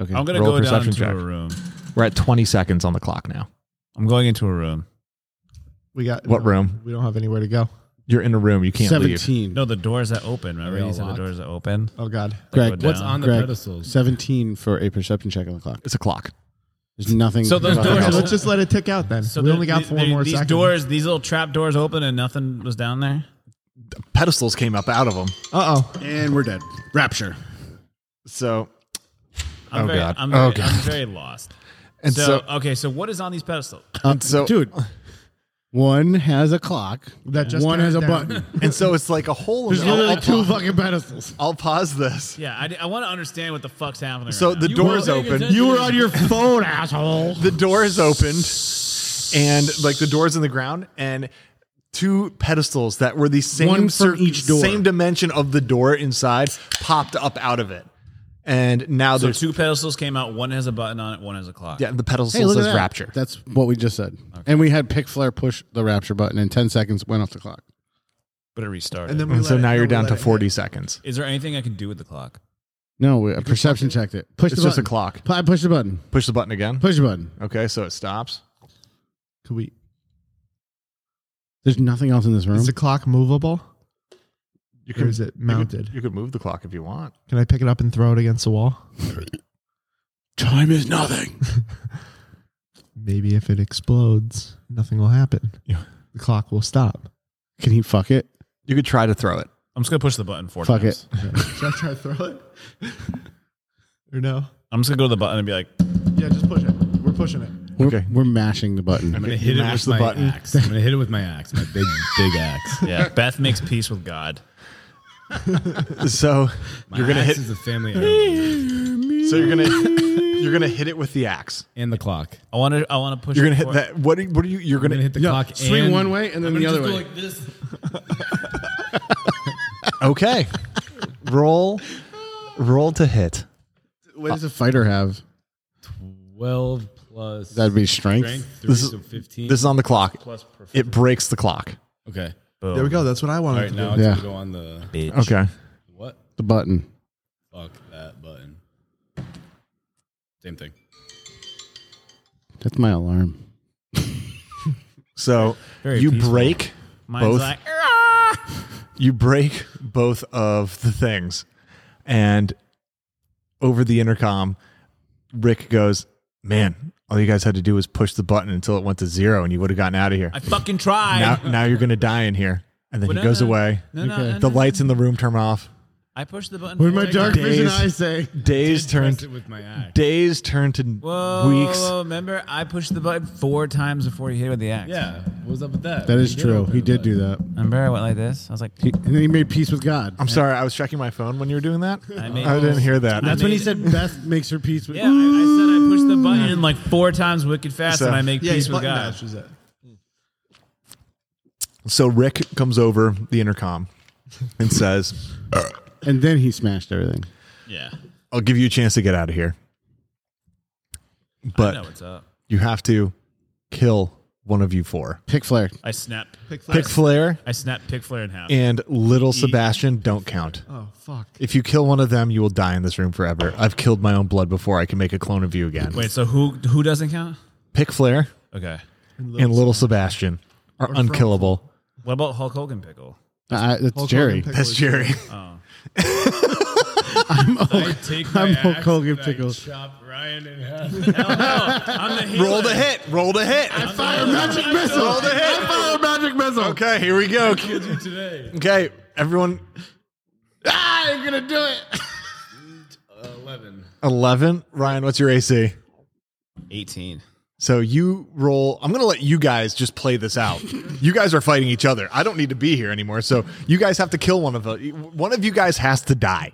Okay.
I'm gonna
Roll a
go down
perception
into
check.
a room.
We're at 20 seconds on the clock now.
I'm going into a room.
We got
What room?
We don't have anywhere to go.
You're in a room. You can't leave.
Seventeen.
No, the doors that open. Remember,
all
you said the
locked?
doors that open.
Oh God.
Greg,
What's
What's on the
Greg,
pedestals?
Seventeen for a perception check on the clock.
It's a clock.
There's nothing.
So those
about
doors-
that.
Okay, let's just let it tick out then. we
there-
only got
the-
four
the-
more
These
seconds.
doors, these little trap doors open, and nothing was down there.
Pedestals came up out of them.
Uh oh.
and we're dead. Rapture.
So
I'm
Oh,
very,
God.
I'm
Oh,
very,
God.
I'm very lost.
and
So,
so,
okay, so what is on these pedestals?
and so
<laughs>
Dude, one has a clock.
That just
one has a
turns
<laughs>
down.
button.
and so it's like a hole. In
There's
the, I'll,
literally
I'll
two
pa-
fucking pedestals.
I'll pause this.
Yeah, I, want to understand what the fuck's happening.
So
right
the
now.
doors
paying
open.
attention. You were on
your
<laughs>
phone, asshole. The doors opened, and like the doors in the ground, and two pedestals that were the same
One from each door.
same dimension of the door inside popped up out of it, and now
so
there's
two pedestals came out. One has a button on it. One has a clock.
yeah the pedestal
Hey, look at
says
that.
Rapture.
That's what we just said. And we had Pick Flair push the rapture button, and 10 seconds went off the clock.
but it restarted.
And then we
And
let
so
it-
now you're
we
down
let
to
it hit.
40 seconds.
is there anything I can do with the clock?
No, we, a perception checked it. Push
It's
the
just a
button.
clock.
Pl- Push the button.
Push the button again.
Push the button.
Okay, so it stops.
Could we?
There's nothing else in this room.
Is the clock movable?
You
Or is it mounted?
You could move the clock if you want.
Can I pick it up and throw it against the wall?
Time is nothing.
Maybe if it explodes, nothing will happen.
Yeah.
The clock will stop.
Can he fuck it?
You could try to throw it.
I'm just gonna push the button four
Fuck
times.
it.
Should I try to throw it? <laughs> or no?
I'm just gonna go to the button and be like,
Yeah, just push it. We're pushing it.
We're,
Okay.
<laughs> we're mashing the button.
I'm gonna hit it
Mash
with
the
my
button.
axe. I'm gonna hit it with my axe, my big, big
<laughs>
axe.
yeah, Beth makes peace with God.
So
My
you're gonna
axe
hit.
is a family heirloom.
So you're gonna <laughs> you're gonna hit it with the axe.
and the clock.
I want to. I want to push.
You're gonna
it
hit
for-
that. What? Are, what are you? You're
I'm
gonna,
gonna hit the clock.
Swing
and
one way and then the
Just
other
go
way.
like this.
Okay. roll. Roll to hit.
What does a fighter have?
Twelve plus
That'd be strength.
strength. Three,
This is-
so fifteen.
This is on the clock.
plus perfect.
It breaks the clock.
okay.
There we go. That's what I wanted
All right,
to
now
do.
it's
Yeah.
gonna go on the
Bitch.
Okay.
what?
The button.
Fuck that button. Same thing.
That's my alarm.
So you
peaceful.
break
Mine's
both.
like, "Ah,
you break both of the things, and over the intercom, Rick goes, "Man, all you guys had to do was push the button until it went to zero, and you would have gotten out of here.
I fucking tried.
now, now you're gonna die in here." And then
Well,
he
no,
goes
no,
away.
No, no,
Okay.
no,
The
no.
lights in the room turn off.
I pushed the button.
What did
four
my dark
times.
vision
days.
eyes say?
Days turn.
Press it with my axe.
Days turn to
Whoa,
weeks.
whoa, Oh, remember I pushed the button four times before you hit it with the axe.
Yeah, what's up with that?
That is true. He did do that.
Remember I went like this. I was like,
He, and then he made peace with God.
I'm sorry, I was checking my phone when you were doing that. I,
I made
didn't hear that.
I
That's when he
made-
said Beth makes her peace with
Yeah, I, I said I pushed the button like four times wicked fast
So-
and I make
Yeah,
peace
you
with
button
God.
dash is it.
so Rick comes over the intercom and says,
And then he smashed everything.
Yeah.
"I'll give you a chance to get out of here,
I know
but
what's up.
you have to kill one of you four:
Pick Flair.
I snapped pick
Pick Flair
I snapped pick flare in half.
and Little Sebastian. Don't count.
Oh fuck.
If you kill one of them, you will die in this room forever. I've killed my own blood before. I can make a clone of you again.
Wait, so who who doesn't count?
Pick Flair
Okay.
and Little Sebastian are unkillable.
What about Hulk Hogan pickle?
I, Uh, that's
Hulk
Jerry.
Hogan pickles.
That's Jerry.
I take my
I'm Hulk
axe
Hogan
and I
pickles.
chop Ryan in
<laughs>
half.
I'm the healer.
Roll the hit. Roll the hit.
Fire magic missile. I fire magic missile.
Okay, here we go.
today.
Okay, everyone.
Ah, you're gonna do it.
Eleven.
11. Ryan, what's your AC?
18.
So you roll. I'm going to let you guys just play this out. you guys are fighting each other. I don't need to be here anymore. So you guys have to kill one of the. One of you guys has to die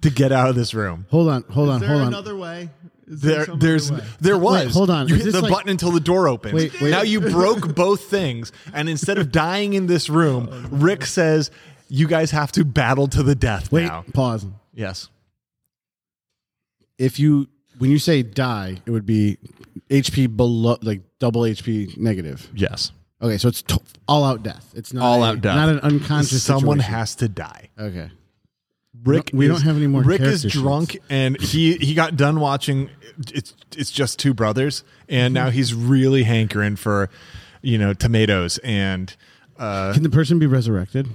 to get out of this room.
Hold on, hold on,
Is there
hold on.
another way? Is
There,
some
there's,
other way?
there was.
hold on.
You
Is
hit
this
the
like-
button until the door opens.
Wait, wait.
Now
<laughs>
you broke both things, and instead of dying in this room,
Oh,
Rick says you guys have to battle to the death
Wait,
now.
pause.
Yes.
If you when you say die, it would be HP below, like double HP negative.
Yes.
Okay, so it's t- all out death. It's not
All
a-
out death.
Not an unconscious.
Someone
situation.
has to die.
Okay.
Rick,
No, we
is-
don't have any more
Rick is
character sheets.
drunk, and he he got done watching. It's it's just two brothers, and now he's really hankering for you know, tomatoes. And uh,
Can the person be resurrected?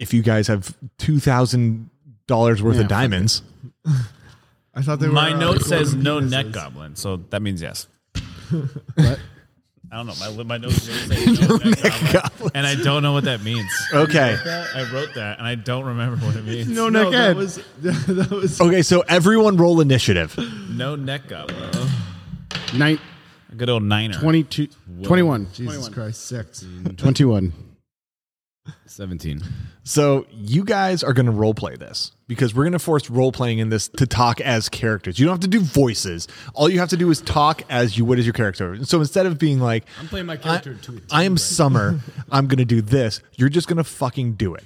if you guys have two thousand dollars worth
Yeah,
of
fuck
diamonds,
I thought they were.
My
uh,
note
golden
says no
penises.
neck goblin, so that means yes.
What?
I don't know. My li- my notes say no neck goblin, and I don't know what that means.
okay,
I wrote that, and I don't remember what it means.
<laughs> No neck.
Neckhead.
that was that was
okay. So everyone roll initiative.
No neck goblin.
Nine,
A good old niner.
22, 21.
Jesus Christ six.
21.
17.
So you guys are going to role play this because we're going to force role playing in this to talk as characters. You don't have to do voices. All you have to do is talk as you would as your character. And So instead of being like,
I'm playing my character to a T.
I am Summer, I'm going to do this, you're just going to fucking do it.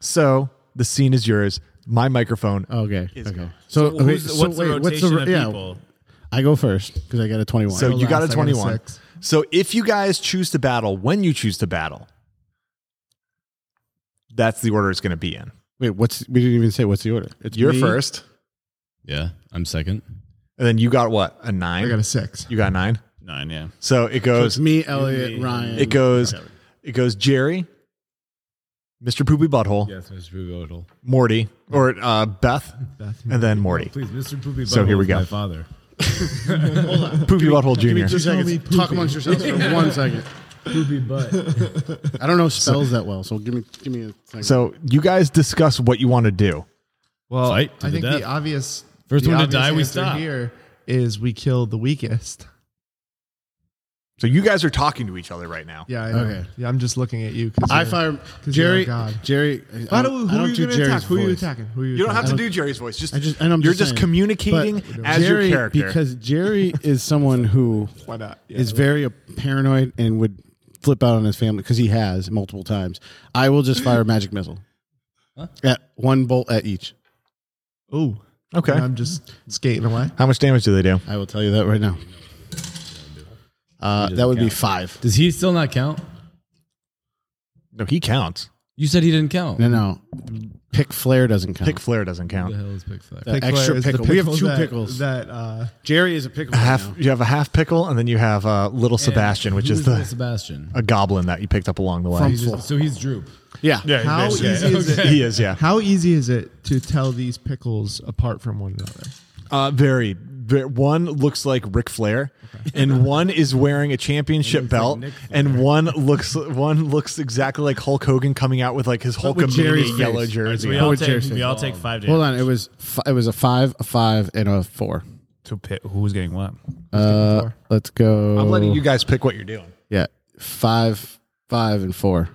So the scene is yours. My microphone.
Oh, Okay. Okay. So, okay,
Who's-
so
what's
wait,
the
what's
rotation
the
of
ro- yeah,
people?
I go first because I got a 21.
so you got a
last, I got a
21.
six.
so if you guys choose to battle, when you choose to battle, that's the order it's going to be in.
wait, what's we didn't even say what's the order? It's
You're
me,
first,
Yeah, I'm second.
and then you got what? A nine?
I got a six.
you got nine?
Nine, yeah.
So it
so
goes
It's me, Elliot, Ryan.
It goes, it goes Jerry, Mr. Poopy Butthole,
Yes, Mr. Poopy Butthole.
Morty, or uh, Beth, and then Morty.
<laughs>
Please, Mr. Poopy Butthole.
So here we
is
go.
My father.
Poopy Butthole Junior.
Two
Tell me
seconds. Talk
poopy.
amongst yourselves for one second.
Poopy
<laughs>
butt.
I don't know spells that well, so give me give me a second.
So you guys discuss what you want to do.
Well,
Fight to
I
the
think
death.
the obvious
First
the
one to
obvious
die, we
answer
stop.
Here is we kill the weakest.
So you guys are talking to each other right now.
Yeah. I know.
Okay.
Yeah, I'm just looking at you. 'cause
I
you're-
fire
'cause you're
Jerry.
a god.
Jerry. I
Why do,
don't-
who
I
are
don't
you
do
going to
Jerry's
attack? Who are you
voice.
attacking? Who are you?
You don't have
attacking?
to do Jerry's voice. Just,
I just and I'm
you're
just,
just
saying,
communicating
but
as
Jerry-
your character.
because Jerry is someone who
Why not? Yeah,
is very paranoid and would flip out on his family because he has multiple times. I will just fire a magic missile at one bolt at each.
Oh,
okay.
I'm just skating away.
How much damage do they do?
I will tell you that right now. Uh, that would be five.
Does he still not count?
No, he counts.
You said he didn't count.
No, no. Pick flare doesn't count.
Pick flare doesn't count.
What the hell is Big Fat?
That extra
Flare is the
pickle. We have
pickle
two
that-
pickles.
That uh,
Jerry is a pickle.
A
right
half.
now.
You have a half pickle, and then you have uh, little Sebastian, which
Who
is the
Sebastian?
a goblin that you picked up along the way.
He's just- so he's Droop.
Yeah.
how easy is it?
he is, yeah.
How easy is it to tell these pickles apart from one another?
Uh, very, very. One looks like Ric Flair, and one is wearing a championship belt, and one looks one looks exactly like Hulk Hogan coming out with like his
with Jerry's
Hulkamania
face.
yellow
So
jersey.
we
on.
all,
would Jerry
take,
say?
we all take five damage.
Hold on. It was f- it was a five, a five, and a four.
To pick who's getting what?
Uh, let's go.
I'm letting you guys pick what you're doing.
Yeah, five, five, and four.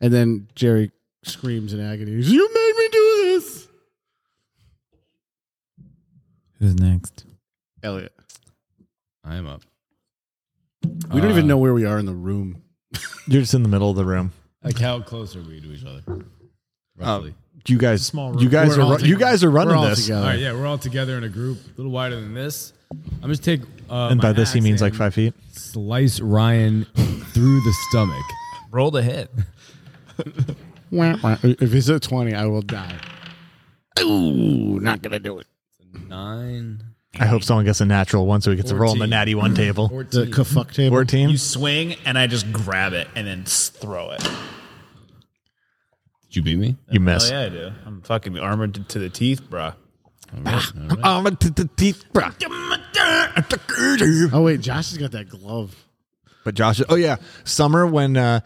And then Jerry screams in agony. he's, You made me do this,
Who's next?
Elliot.
I am up.
We don't even know where we are in the room.
You're just in the middle of the room.
Like how close are we to each other? Roughly.
Um, You guys,
small room.
you guys
We're all
are ru- you
together.
guys are
We're
running
all
this,
together.
all right, yeah, we're all together in a group, a little wider than this. I'm just take. Uh,
and
my
by this he
axe
means like
and
five feet.
Slice Ryan through the stomach.
Roll to hit.
Wah, wah. If it's a twenty, I will die. Ooh, not gonna do it.
Nine.
I hope someone gets a natural one so he gets a roll on the
14.
natty one table.
The
Fourteen.
kafuck table.
Fourteen.
You swing, and I just grab it and then s- throw it.
Did you beat me?
You miss.
yeah, I do. I'm fucking armored to- to the teeth, bruh.
I'm a t- t- teeth, bruh.
Oh wait, Josh has got that glove.
But Josh, oh yeah, summer when uh,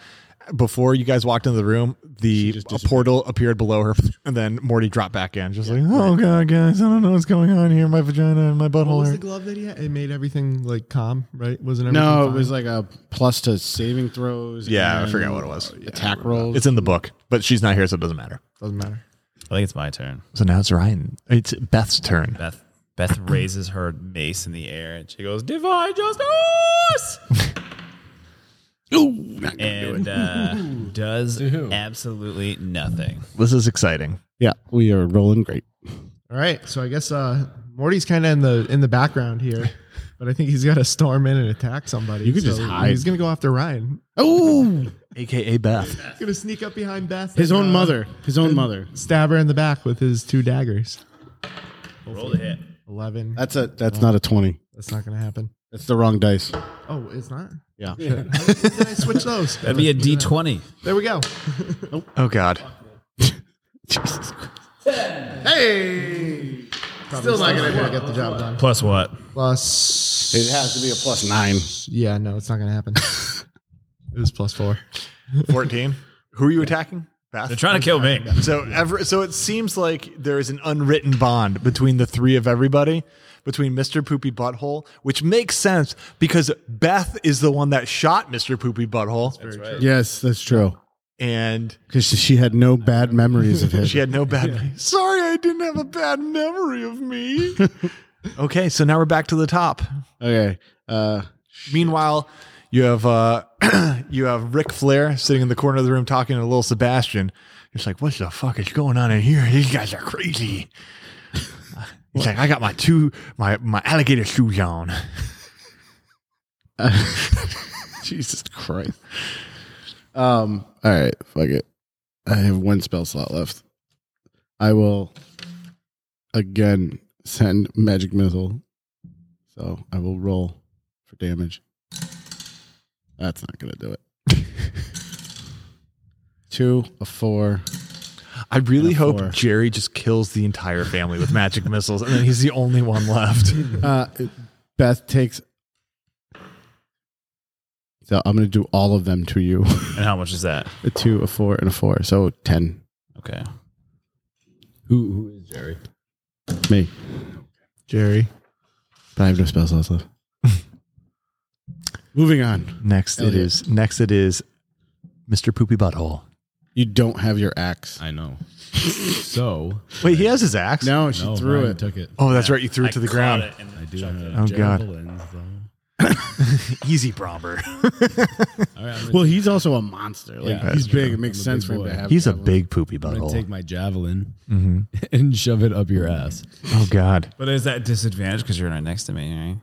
before you guys walked into the room, the a portal appeared below her, and then Morty dropped back in, just like, oh god, guys, I don't know what's going on here. My vagina and my
What
butthole.
was the
hurt."
glove that he had? It made everything like calm, right? Wasn't everything
No, it
fine?
was like a plus to saving throws.
Yeah, I
and Oh,
forgot what it was.
Attack rolls.
It's in the book, but she's not here, so it doesn't matter.
doesn't matter.
I think it's my turn.
So now it's Ryan. It's Beth's turn.
Beth Beth <laughs> raises her mace in the air and she goes, Divine Justice! and uh, does absolutely nothing.
This is exciting.
yeah, we are rolling great.
All right, so I guess uh, Morty's kind of in the in the
<laughs>
background here, but I think he's got to storm in and attack somebody. You
could just hide.
He's gonna go after Ryan.
Oh,
AKA Beth.
He's gonna sneak up behind Beth.
his
and,
own
uh,
mother. His own mother.
stab her in the back with his two daggers.
Roll the hit.
Eleven.
That's a. That's not a twenty.
That's not gonna happen.
That's the wrong dice.
Oh, it's not.
<laughs> Yeah.
Did I switch those?
That'd be a D twenty.
There we go.
Oh God.
Hey. Still not gonna be able to get the job done.
Plus what?
Plus,
It has to be a plus nine.
yeah, no, it's not
<laughs>
gonna happen. it was plus four.
Fourteen. Who are you attacking? Beth?
They're trying to kill me.
So ever so it seems like there is an unwritten bond between the three of everybody, between Mr. Poopy Butthole, which makes sense because Beth is the one that shot Mr. Poopy Butthole,
Yes, that's true.
and
Because she had no bad memories of him.
she had no bad. <laughs> Sorry, I didn't have a bad memory of <laughs> me. okay, so now we're back to the top.
okay. Uh, <laughs>
Meanwhile, you have uh, <clears throat> you have Ric Flair sitting in the corner of the room talking to little Sebastian. He's like, "What the fuck is going on in here? These guys are crazy." He's like, "I got my two my my alligator shoes on."
Jesus Christ. Um. All right. Fuck it. I have one spell slot left. I will again send magic missile. So I will roll for damage. That's not gonna do it. <laughs> Two, a four.
I really
Yeah,
hope
four.
Jerry just kills the entire family with magic missiles, and then he's the only one left.
Uh, Beth takes. So I'm gonna do all of them to you. <laughs>
And how much is that?
a two, a four, and a four. So ten.
Okay.
Who who is Jerry?
Me.
Jerry.
But I have no spell slots left. <laughs> Moving on.
Next, it
Elliot.
is next it is Mr. Poopy Butthole.
You don't have your axe.
I know. so
Wait, he has his axe.
No, she
no,
threw
Ryan
it.
Took it.
Oh, that's right. You threw it to the ground.
I do. Have
Oh, God.
javelins, though.
<laughs> Easy, Bromber.
All right, I'm gonna,
Well, he's also a monster. Like
Yeah,
he's
that's true.
big. It makes
I'm a
sense
big
for him
boy.
to have.
He's a
javelin.
big poopy
I'm
butthole.
gonna take my javelin
Mm-hmm.
<laughs> and shove it up your ass.
oh God.
But is that disadvantage because you're not next to me, right?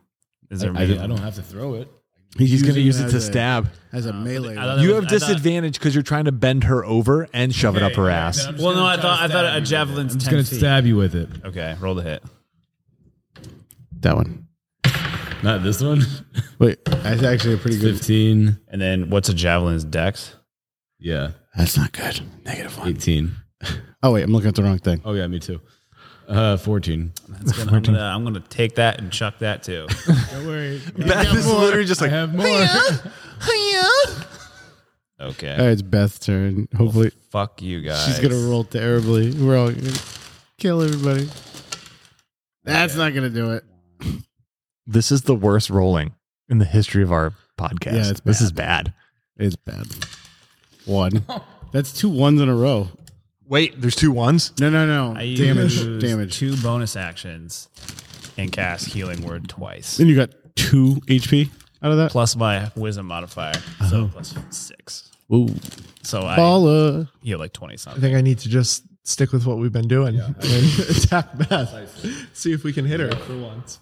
Is
I,
there
I don't have to throw it.
He's going to
using
use
it
it
as
to
a-
stab.
Has a melee.
I thought
weapon.
that
You
was-
have
I thought-
disadvantage because you're trying to bend her over and shove it up her ass.
I'm just
Well, no,
gonna
I
try
thought I
to
thought
stab
a
you.
javelin's
I'm just
10
gonna
feet.
stab you with it.
Okay, roll the hit.
that one.
Not this one.
Wait, that's actually a pretty good.
Fifteen.
And then what's a javelin's dex?
Yeah.
That's not good. Negative one.
Eighteen.
Oh wait, I'm looking at the wrong thing.
Oh yeah, me too. Uh, fourteen.
That's gonna, I'm, gonna, I'm gonna take that and chuck that
<laughs>
too.
<laughs> Beth is literally just like,
have more.
Okay.
All right, it's Beth's turn. Hopefully,
Fuck you guys.
she's gonna roll terribly. We're all gonna kill everybody. That's not gonna do it.
this is the worst rolling in the history of our podcast.
Yeah, it's
this is bad.
It's bad.
<laughs>
One. That's two ones in a row.
Wait, there's two ones?
No, no, no.
I
damage.
used
Damage.
Two bonus actions and cast healing word twice.
Then you got two HP out of that.
Plus my wisdom modifier. So plus six.
Ooh.
So I
Paula.
heal like twenty
I
something.
think I need to just stick with what we've been doing. and <laughs> attack Beth. See if we can hit her for once.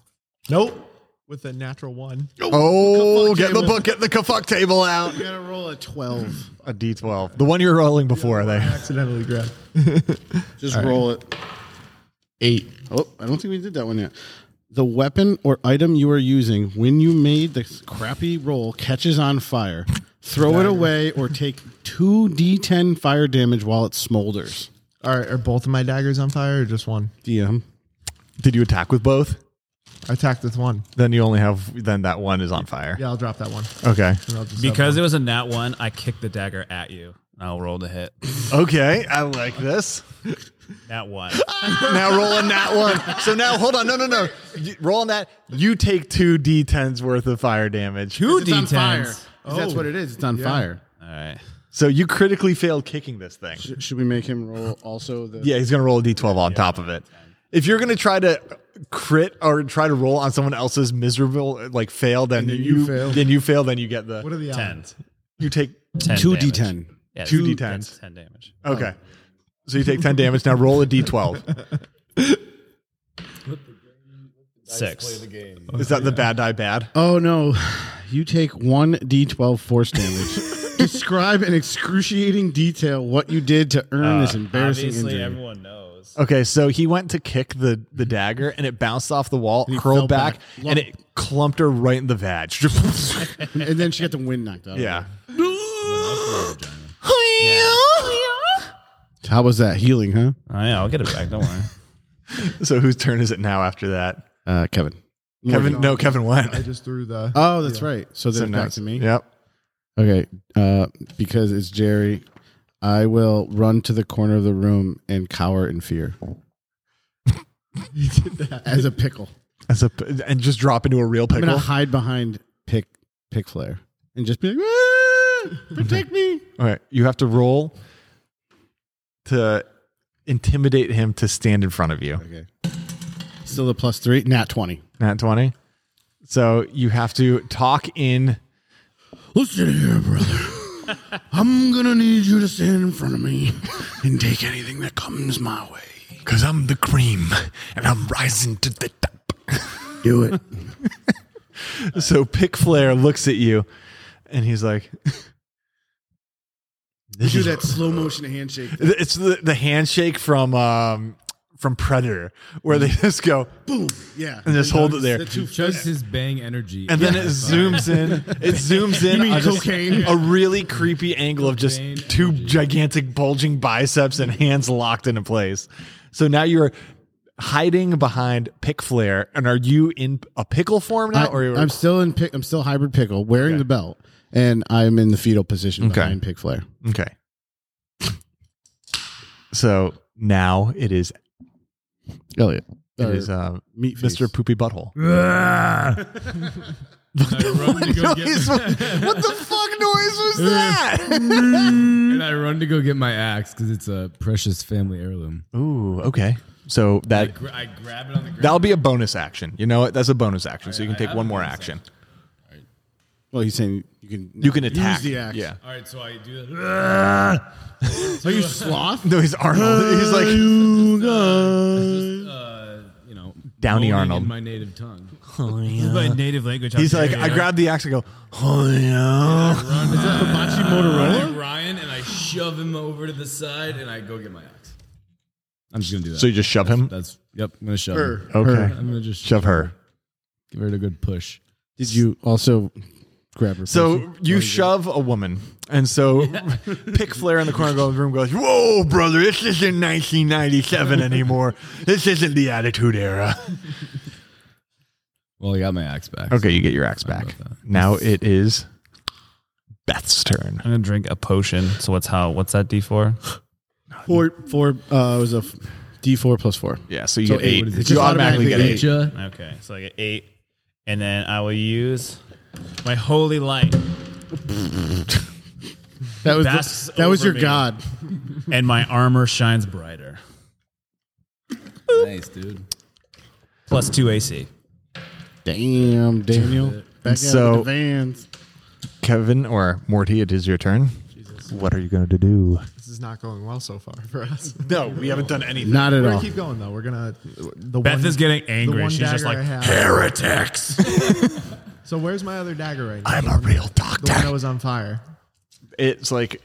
Nope. With a natural one.
Oh,
kafuck
get the
table.
book, get the kafuck table out.
You gotta roll a 12.
A D12. The one you were rolling before
I
there.
accidentally grabbed.
Just roll it. Eight. Oh, I don't think we did that one yet. The weapon or item you are using when you made the crappy roll catches on fire. Throw it away or take 2d10 fire damage while it smolders.
All right. Are both of my daggers on fire or
<laughs>
just one?
DM.
Did you attack with both?
I attacked with one.
Then you only have, then that one is on fire.
Yeah, I'll drop that one.
Okay.
And I'll just uh,
Because it was a nat one, I kicked the dagger at you. And I'll roll the hit.
Okay, I like this.
Nat one.
Now roll on that one. So now, hold on. No, no, no. You- Roll on that. You take two D10s worth of fire damage.
Two
It's on fire. Oh,
d10s.
'Cause That's what it is. It's on fire.
All right.
So you critically failed kicking this thing.
Sh- Should we make him roll also the.
Yeah, he's gonna roll a d12 on top of it. If you're gonna try to crit or try to roll on someone else's miserable like fail, then,
then
you,
you fail.
then you fail, then you get the
What are the
Ten.
odds?
you take
10
2d10.
Yeah, that's-
Two D10s.
that's Ten damage.
okay. So you take ten damage. Now roll a d12.
Six.
Is that the bad die bad?
Oh no, you take one d12 force damage. <laughs> Describe in excruciating detail what you did to earn this embarrassing
Obviously,
injury.
everyone knows.
those.
Okay, so he went to kick the the dagger and it bounced off the wall, curled
Mm-hmm. fell
back,
back.
and it clumped her right in the vag. <laughs>
and then she got the wind knocked out. of
yeah.
her. How was that healing, huh?
Oh, yeah, I'll get it back. Don't worry.
<laughs> So whose turn is it now after that?
Uh, Kevin.
Kevin no, Kevin went.
I just threw the.
Oh, that's right. So then
So
it's
now
back to me.
Yep.
Okay. Uh, because it's Jerry, I will run to the corner of the room and cower in fear. <laughs> As a pickle.
As a and just drop into a real
I'm
pickle.
gonna hide behind pick pick flare and just be like, "Ah, protect me.
All right, you have to roll to intimidate him to stand in front of you.
Okay. Still a plus three, nat twenty.
Nat 20. So you have to talk in
Listen here, brother. <laughs> I'm gonna need you to stand in front of me and take anything that comes my way.
cuz I'm the cream and I'm rising to the top.
Do it.
So Pick Flair looks at you and he's like This
Do
is-
that slow motion handshake.
it's the, the handshake from um from Predator where they <laughs> just go
Boom. Yeah.
and just hold it there.
The two
Just his bang energy.
And then it zooms in. It zooms in. on just
cocaine?
A really creepy angle of just
Cocaine
two gigantic bulging biceps and hands locked into place. So now you're hiding behind Pick Flare, and are you in a pickle form now?
I,
or
I'm still in. Pick, I'm still hybrid pickle, wearing the belt, and I'm in the fetal position
Okay.
behind Pick Flare.
okay. So now it is
Elliot,
it
Or
is um,
meat
Mr.
face.
Poopy
<laughs>
Butthole.
I run to go
Noise was-
get,
what the fuck noise was
<laughs>
that?
and I run to go get my axe because it's a precious family heirloom.
Ooh, okay. So
I,
that
gra- I grab it on the ground.
That'll be a bonus action. You know what? That's a bonus action. So you can
I
take
have
one
a
more
bonus
action.
Well, he's saying you can.
You can attack.
the axe.
Yeah.
All right, so I do that.
Are you sloth?
No, he's Arnold. He's like
You
Uh, you know,
Downey
moaning
Arnold.
in my native tongue.
My native language.
He's like, I grabbed the axe and go, oh yeah.
Like Ryan and I shove him over to the side and I go get my axe. I'm just gonna do that.
So you just shove him?
That's yep. I'm gonna shove her.
Okay.
I'm gonna just
Shove her.
give her a good push.
Did you also grab her?
So
person?
you shove a woman. And <laughs> so Pick Flair in the corner of the room goes, Whoa, brother, this isn't 1997 anymore. This isn't the Attitude Era.
Well, I got my axe back.
Okay, you get your axe back. Now it is Beth's turn.
I'm gonna drink a potion. So what's how? What's that D four?
four four. Uh, it was a D four plus four.
Yeah, so you
So
get
eight.
eight.
What is it?
You
Just
automatically get
automatically
eight.
eight.
Ninja.
Okay, so I get eight, and then I will use my holy light
That was
Basks
that was
over
your
me.
god.
and my armor shines brighter.
Nice, dude.
Plus two AC.
Damn, Daniel. Back out
So-
of the vans.
Kevin or Morty, it is your turn. What are you going to do?
This is not going well so far for us. <laughs>
No, we haven't done anything.
Not at
We're
all.
gonna keep going though. We're gonna. The
Beth
one,
is getting
the
angry.
one
She's just
dagger I
like,
have-
heretics.
So where's my other dagger right now?
I'm a real
the one that
doctor.
was on fire.
It's like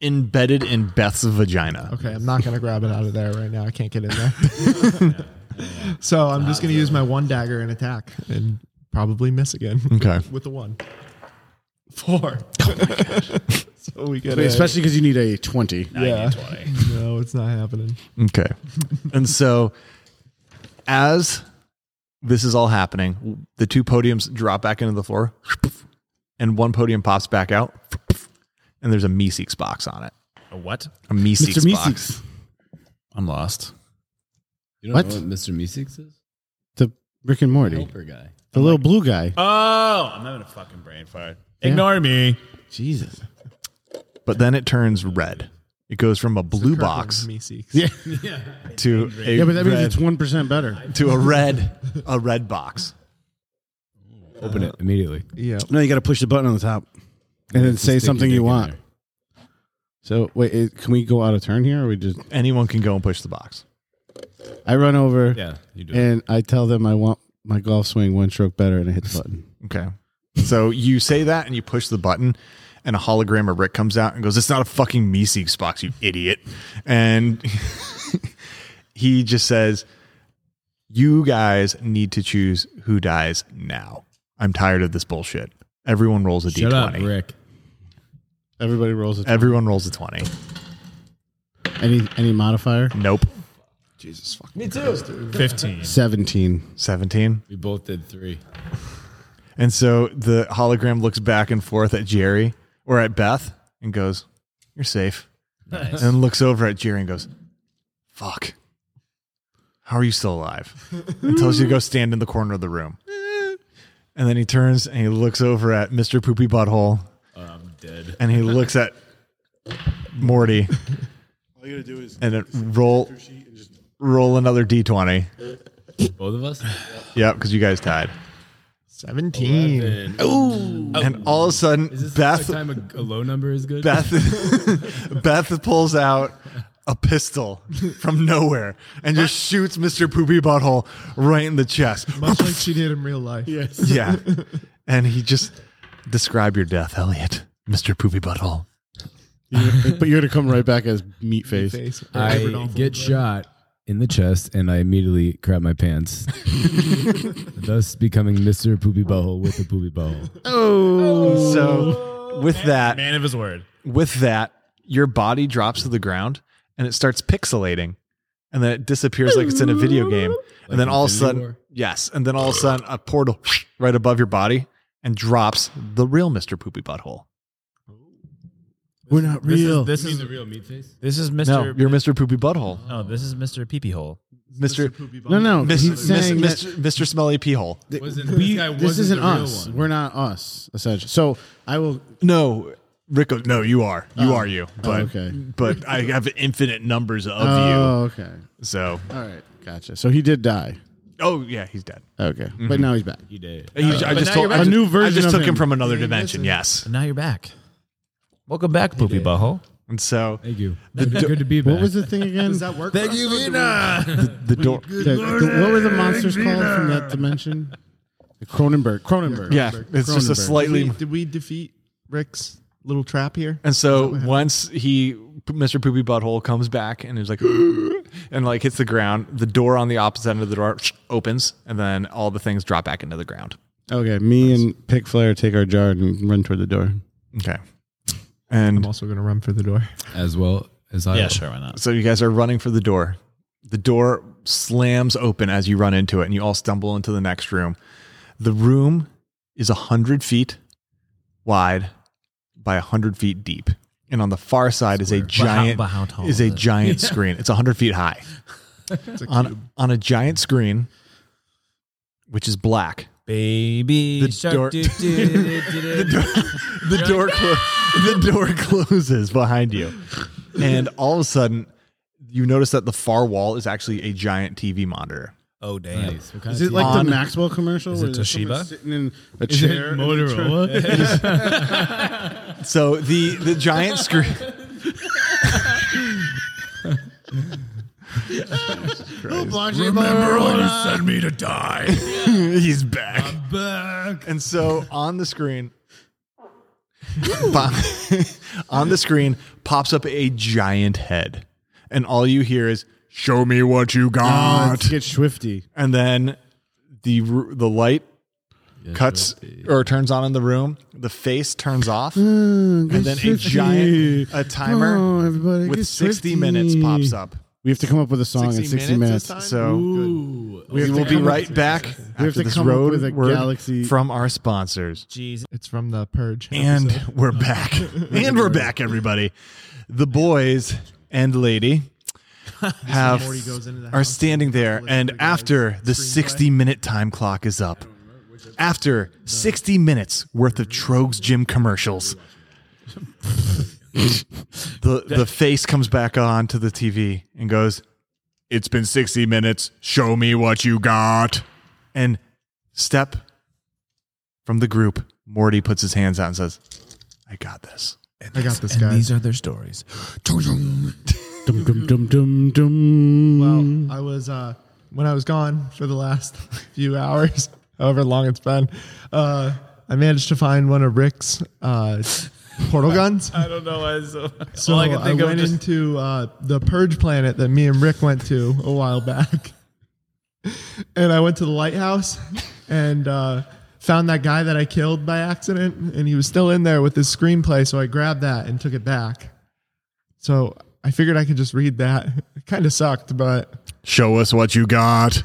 embedded in Beth's vagina.
Okay, I'm not gonna grab it out of there right now. I can't get in there. <laughs> so I'm just gonna use my one dagger and attack and probably miss again.
Okay.
<laughs> With the one. Four. <laughs> so we get it.
Especially because you need a twenty.
<laughs> yeah. No, it's not happening.
Okay. and so, as this is all happening, the two podiums drop back into the floor, and one podium pops back out, and there's a Meeseeks box on it.
a what?
A Meeseeks
Mr.
box.
Meeseeks.
I'm lost.
You don't
What?
know what Mr. Meeseeks is?
The Rick and Morty.
Helper guy.
The little blue guy.
Oh, I'm having a fucking brain fart. Ignore me.
Jesus.
But then it turns red. It goes from a blue box
Me seeks.
Yeah.
to a
Yeah, but that means
red-
it's one percent better.
to a red a red box.
Open it immediately.
Yeah.
No, you got to push the button on the top, and then say
sticky
something
dick
you
in
want.
there.
So wait, is, can we go out of turn here? Or we just
Anyone can go and push the box.
I run over
Yeah, you do.
and I tell them I want my golf swing one stroke better, and I hit the button.
Okay. So you say that and you push the button and a hologram of Rick comes out and goes, It's not a fucking Meeseeks box, you idiot. And <laughs> he just says, You guys need to choose who dies now. I'm tired of this bullshit. Everyone rolls a
Shut up,
d20.
Rick.
Everybody rolls it.
Everyone rolls a 20.
Any any modifier?
Nope.
Me too.
15.
Seventeen.
17.
We both did three.
And so the hologram looks back and forth at Jerry or at Beth and goes, You're safe. And looks over at Jerry and goes, Fuck. How are you still alive? And tells you to go stand in the corner of the room. And then he turns and he looks over at Mr. Poopy Butthole.
Oh,
I'm dead. And he looks at Morty.
All you gotta do is
and it roll roll another d20.
Both of us?
Yep, because you guys tied.
17.
And all of a sudden, Beth
First time a, a low number is good?
Beth Beth <laughs> pulls out a pistol from nowhere and just shoots Mr. Poopy Butthole right in the chest.
Much like she did in real life. Yes.
<laughs> Yeah. And he just describe your death, Elliot. Mr. Poopy Butthole.
<laughs> but you're gonna come right back as meat face.
Face.
I get shot in the chest and I immediately crap my <laughs> pants, thus becoming Mr. Poopy Butthole with a Poopy Butthole.
So with that,
Man of his word.
with that, your body drops to the ground and it starts pixelating. And then it disappears like it's in a video game. and then all of a
Infinity
sudden,
War?
yes. And then all of a sudden, a portal right above your body and drops the real Mr. Poopy Butthole.
We're not
Oh.
real.
This is, this is
real meat face?
This is Mr.
No, you're Mr. Poopy Butthole.
oh, this is Mr. Peepee Hole.
Mr.
no, no.
Miss, Miss,
he's saying that
Mr. Mr. Smelly Pee Hole.
Wasn't,
we-
this guy wasn't
this isn't
the real
us.
one.
We're not us. Essentially. So I will.
No, Rico. No, you are.
Oh.
You are you. But
okay.
but I have infinite numbers of
Oh, okay.
you. So
All right. Gotcha. So he did die.
oh yeah, he's dead.
Okay.
Mm-hmm.
But now he's back.
He did.
Uh,
He- I just told I
A
just-
new
I
version
just
of
took him.
him.
from another dimension. Yes.
And now you're back. Welcome back, Poopy Butthole.
And so
Thank you. good to be back.
What was the <laughs> thing again? Does that work?
Thank you, Vina.
the door.
what were the monsters called from that dimension? The Cronenberg. Cronenberg.
Yeah, it's just a
Cronenberg.
Did we,
slightly.
did we defeat Rick's little trap here?
And so once he, Mr. Poopy Butthole comes back and is like, <gasps> and like hits the ground. The door on the opposite end of the door opens, and then all the things drop back into the ground.
Okay. Me and Pick Flair take our jar and run toward the door.
Okay. And
I'm also going to run for the door.
As well as I.
Yeah, sure, why not?
So you guys are running for the door. The door slams open as you run into it, and you all stumble into the next room. The room is 100 feet wide by 100 feet deep. And on the far side is a giant
but how tall
is a
is it?
giant screen. It's 100
<laughs>
feet high. on, on a giant screen, which is black.
Baby
The
shark.
door-
doo, doo, doo, doo,
<laughs>
doo, doo.
the door clo- the door <laughs> closes behind you and all of a sudden you notice that the far wall is actually a giant tv monitor
Oh damn!
What kind
Is
of
it like
On-
the Maxwell commercial?
Is it
where there's someone
Toshiba?
Sitting in a chair. and they turn-
so the the giant screen <laughs>
Remember when you sent me to die?
he's back
Back.
and so on the screen bo- <laughs> on the screen pops up a giant head and all you hear is show me what you
Ah,
got
Let's get swifty.
and then the r- the light cuts or turns on in the room. The face turns off, and then a giant a timer
Uh, Oh, everybody
with
get
sixty
swifty.
minutes pops up.
We have to come up with a song in
60
sixty minutes.
minutes this time?
So we
have
will
to
be
come
right back
have
after
to
this
come up
road
with a
word
galaxy-
from our sponsors.
Jeez,
It's from the Purge.
And
episode.
we're
Oh. <laughs>
back. and we're back, everybody. The boys and lady have
Morty goes into the
are
house
standing there,
like
and
the guys
after the
screenplay.
60 minute time clock is up, after 60 minutes worth of Trogs Gym commercials,
<laughs>
the the face comes back on to the TV and goes, "It's been 60 minutes. Show me what you got." And step from the group, Morty puts his hands out and says, "I got this."
I got this guy.
are their stories.
Dum dum dum dum dum.
Well, I was uh, when I was gone for the last <laughs> few <laughs> hours, however long it's been. Uh, I managed to find one of Rick's uh, portal guns.
I don't know. I, so,
So
all I can think of
Oh, went
just
into uh, the Purge planet that me and Rick went to a while back, <laughs> and I went to the lighthouse and uh, found that guy that I killed by accident, and he was still in there with his screenplay. So I grabbed that and took it back. So I figured I could just read that. It kind of sucked, but
Show us what you got.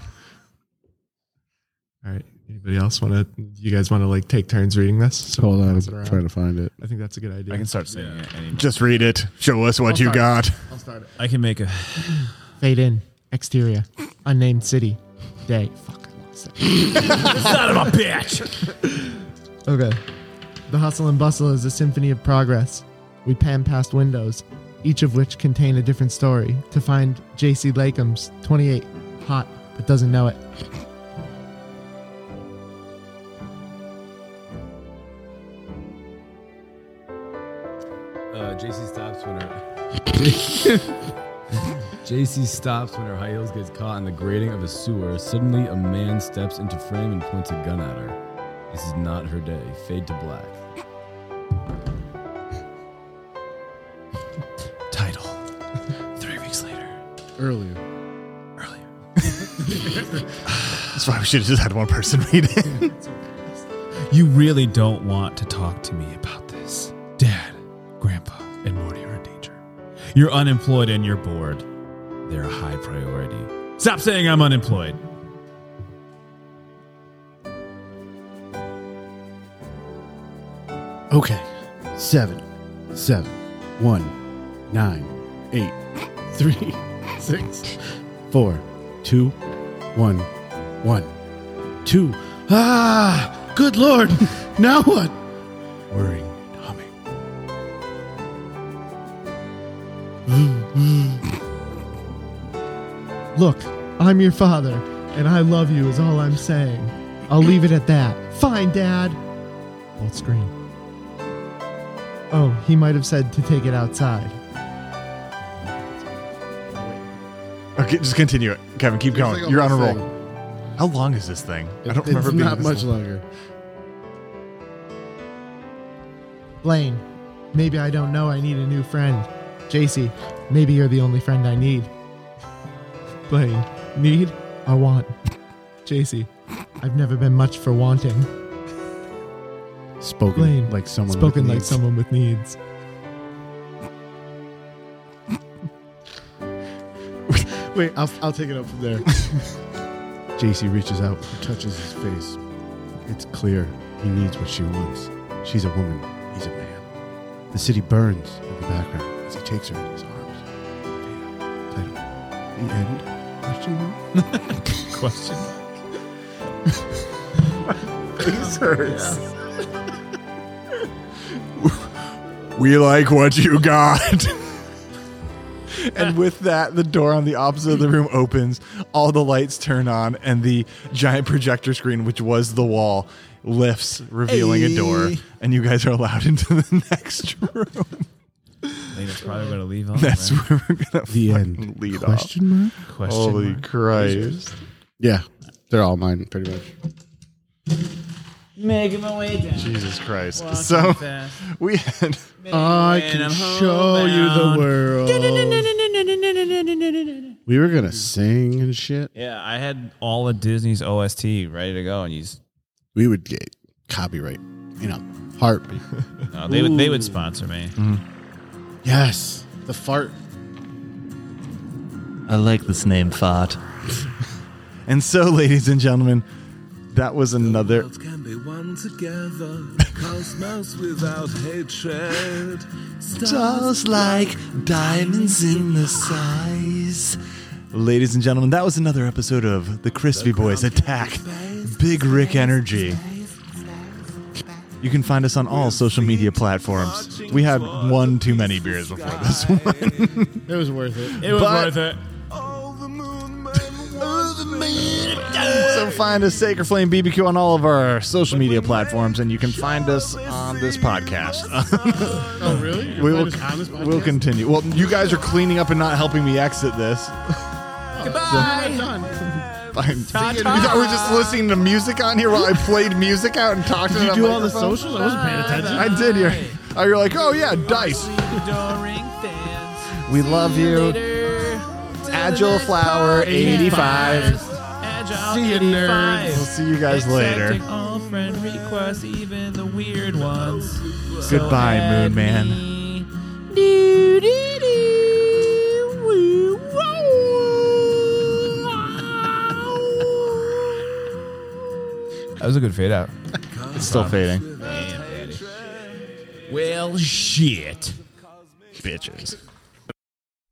all right. Anybody else want to? You guys want to like take turns reading this? So
Hold on,
pass it
I'm
around.
trying to find it.
I think that's a good idea.
I can start singing it. Oh, Any,
Just read it. Show us what you got.
I'll start it.
I can make a. <laughs>
Fade in. Exterior. Unnamed city. Day. Fuck, I lost it.
Son of a bitch!
Okay. The hustle and bustle is a symphony of progress. We pan past windows, each of which contain a different story, to find J.C. Lakeham's 28, hot, but doesn't know it.
Uh, JC stops when her.
<laughs>
JC stops when her high heels gets caught in the grating of a sewer. Suddenly, a man steps into frame and points a gun at her. This is not her day. Fade to black.
Title. Three weeks later.
Earlier.
Earlier.
That's why we should have just had one person <laughs> read it.
You really don't want to talk to me about this. Dad, Grandpa, and Morty are in danger. You're unemployed and you're bored. They're a high priority. Stop saying I'm unemployed.
Okay. Seven, seven, one, nine, eight, three, <laughs> six, four, two, one, one, two. Ah! Good lord! <laughs> Now what? Whirring and humming.
Look, I'm your father, and I love you, is all I'm saying. I'll leave it at that. Fine, Dad. Full screen. Oh, he might have said to take it outside.
Okay, just continue it. Kevin, keep going. You're on a roll.
Thing.
How long is this thing? I don't
It's
remember being
not
this
much
long.
longer.
Blaine, maybe I don't know I need a new friend. JC, maybe you're the only friend
<laughs>
I need. Blaine, need? I want. JC, I've never been much for wanting.
Spoken
Blaine,
like someone.
Spoken
with
like
needs.
someone with needs.
Wait, I'll, I'll take it up from there. JC reaches out, touches his face. It's clear he needs what she wants. She's a woman, he's a man. The city burns in the background as he takes her in his arms. Title. The end? Question mark?
question.
We like what you got. <laughs> and with that, the door on the opposite of the room opens, all the lights turn on, and the giant projector screen, which was the wall, lifts, revealing a door. And you guys are allowed <laughs> into the next room.
I think that's probably going to <laughs> leave on.
That's
right?
where we're gonna
The
fucking
end.
lead
Question mark?
off.
question.
Holy
mark.
Christ!
Yeah, they're all mine, pretty much.
Making my way down.
Jesus Christ!
Walking
so
fast.
<laughs> we had
I
And I'm
show you the
homebound.
world. We were gonna sing and shit.
Yeah, I had all of Disney's OST ready to go, and you. s-
We would get copyright, you know, <laughs> heartbeat.
No, uh, they would. They would sponsor me.
yes, the fart.
I like this name, Fart. <laughs> and so, ladies and gentlemen, that was another.
can be one together. Cosmos without hatred.
Stars like diamonds in the skies. Ladies and gentlemen, that was another episode of The Crispy Boys Attack Big Rick Energy. You can find us on all social media platforms. We had one too many beers before this one.
It was worth it.
It was
But-
worth it.
All the moon men want
So find us Sacred Flame BBQ on all of our social media platforms, and you can find us on this podcast. <laughs>
Oh, really?
we will we'll continue. Well, you guys are cleaning up and not helping me exit this. <laughs> Fine. We're just listening to music on here while I played music out and talked. Did
You do all the socials? I wasn't paying attention.
I did. You're, Oh, you're like, oh yeah, dice. <laughs> We love you. Agile Flower 85. See you, nerds. We'll see you guys later.
All friend requests, even the weird ones.
Goodbye, Moon Man.
That was a good fade out.
It's still fading.
Well, shit.
Bitches.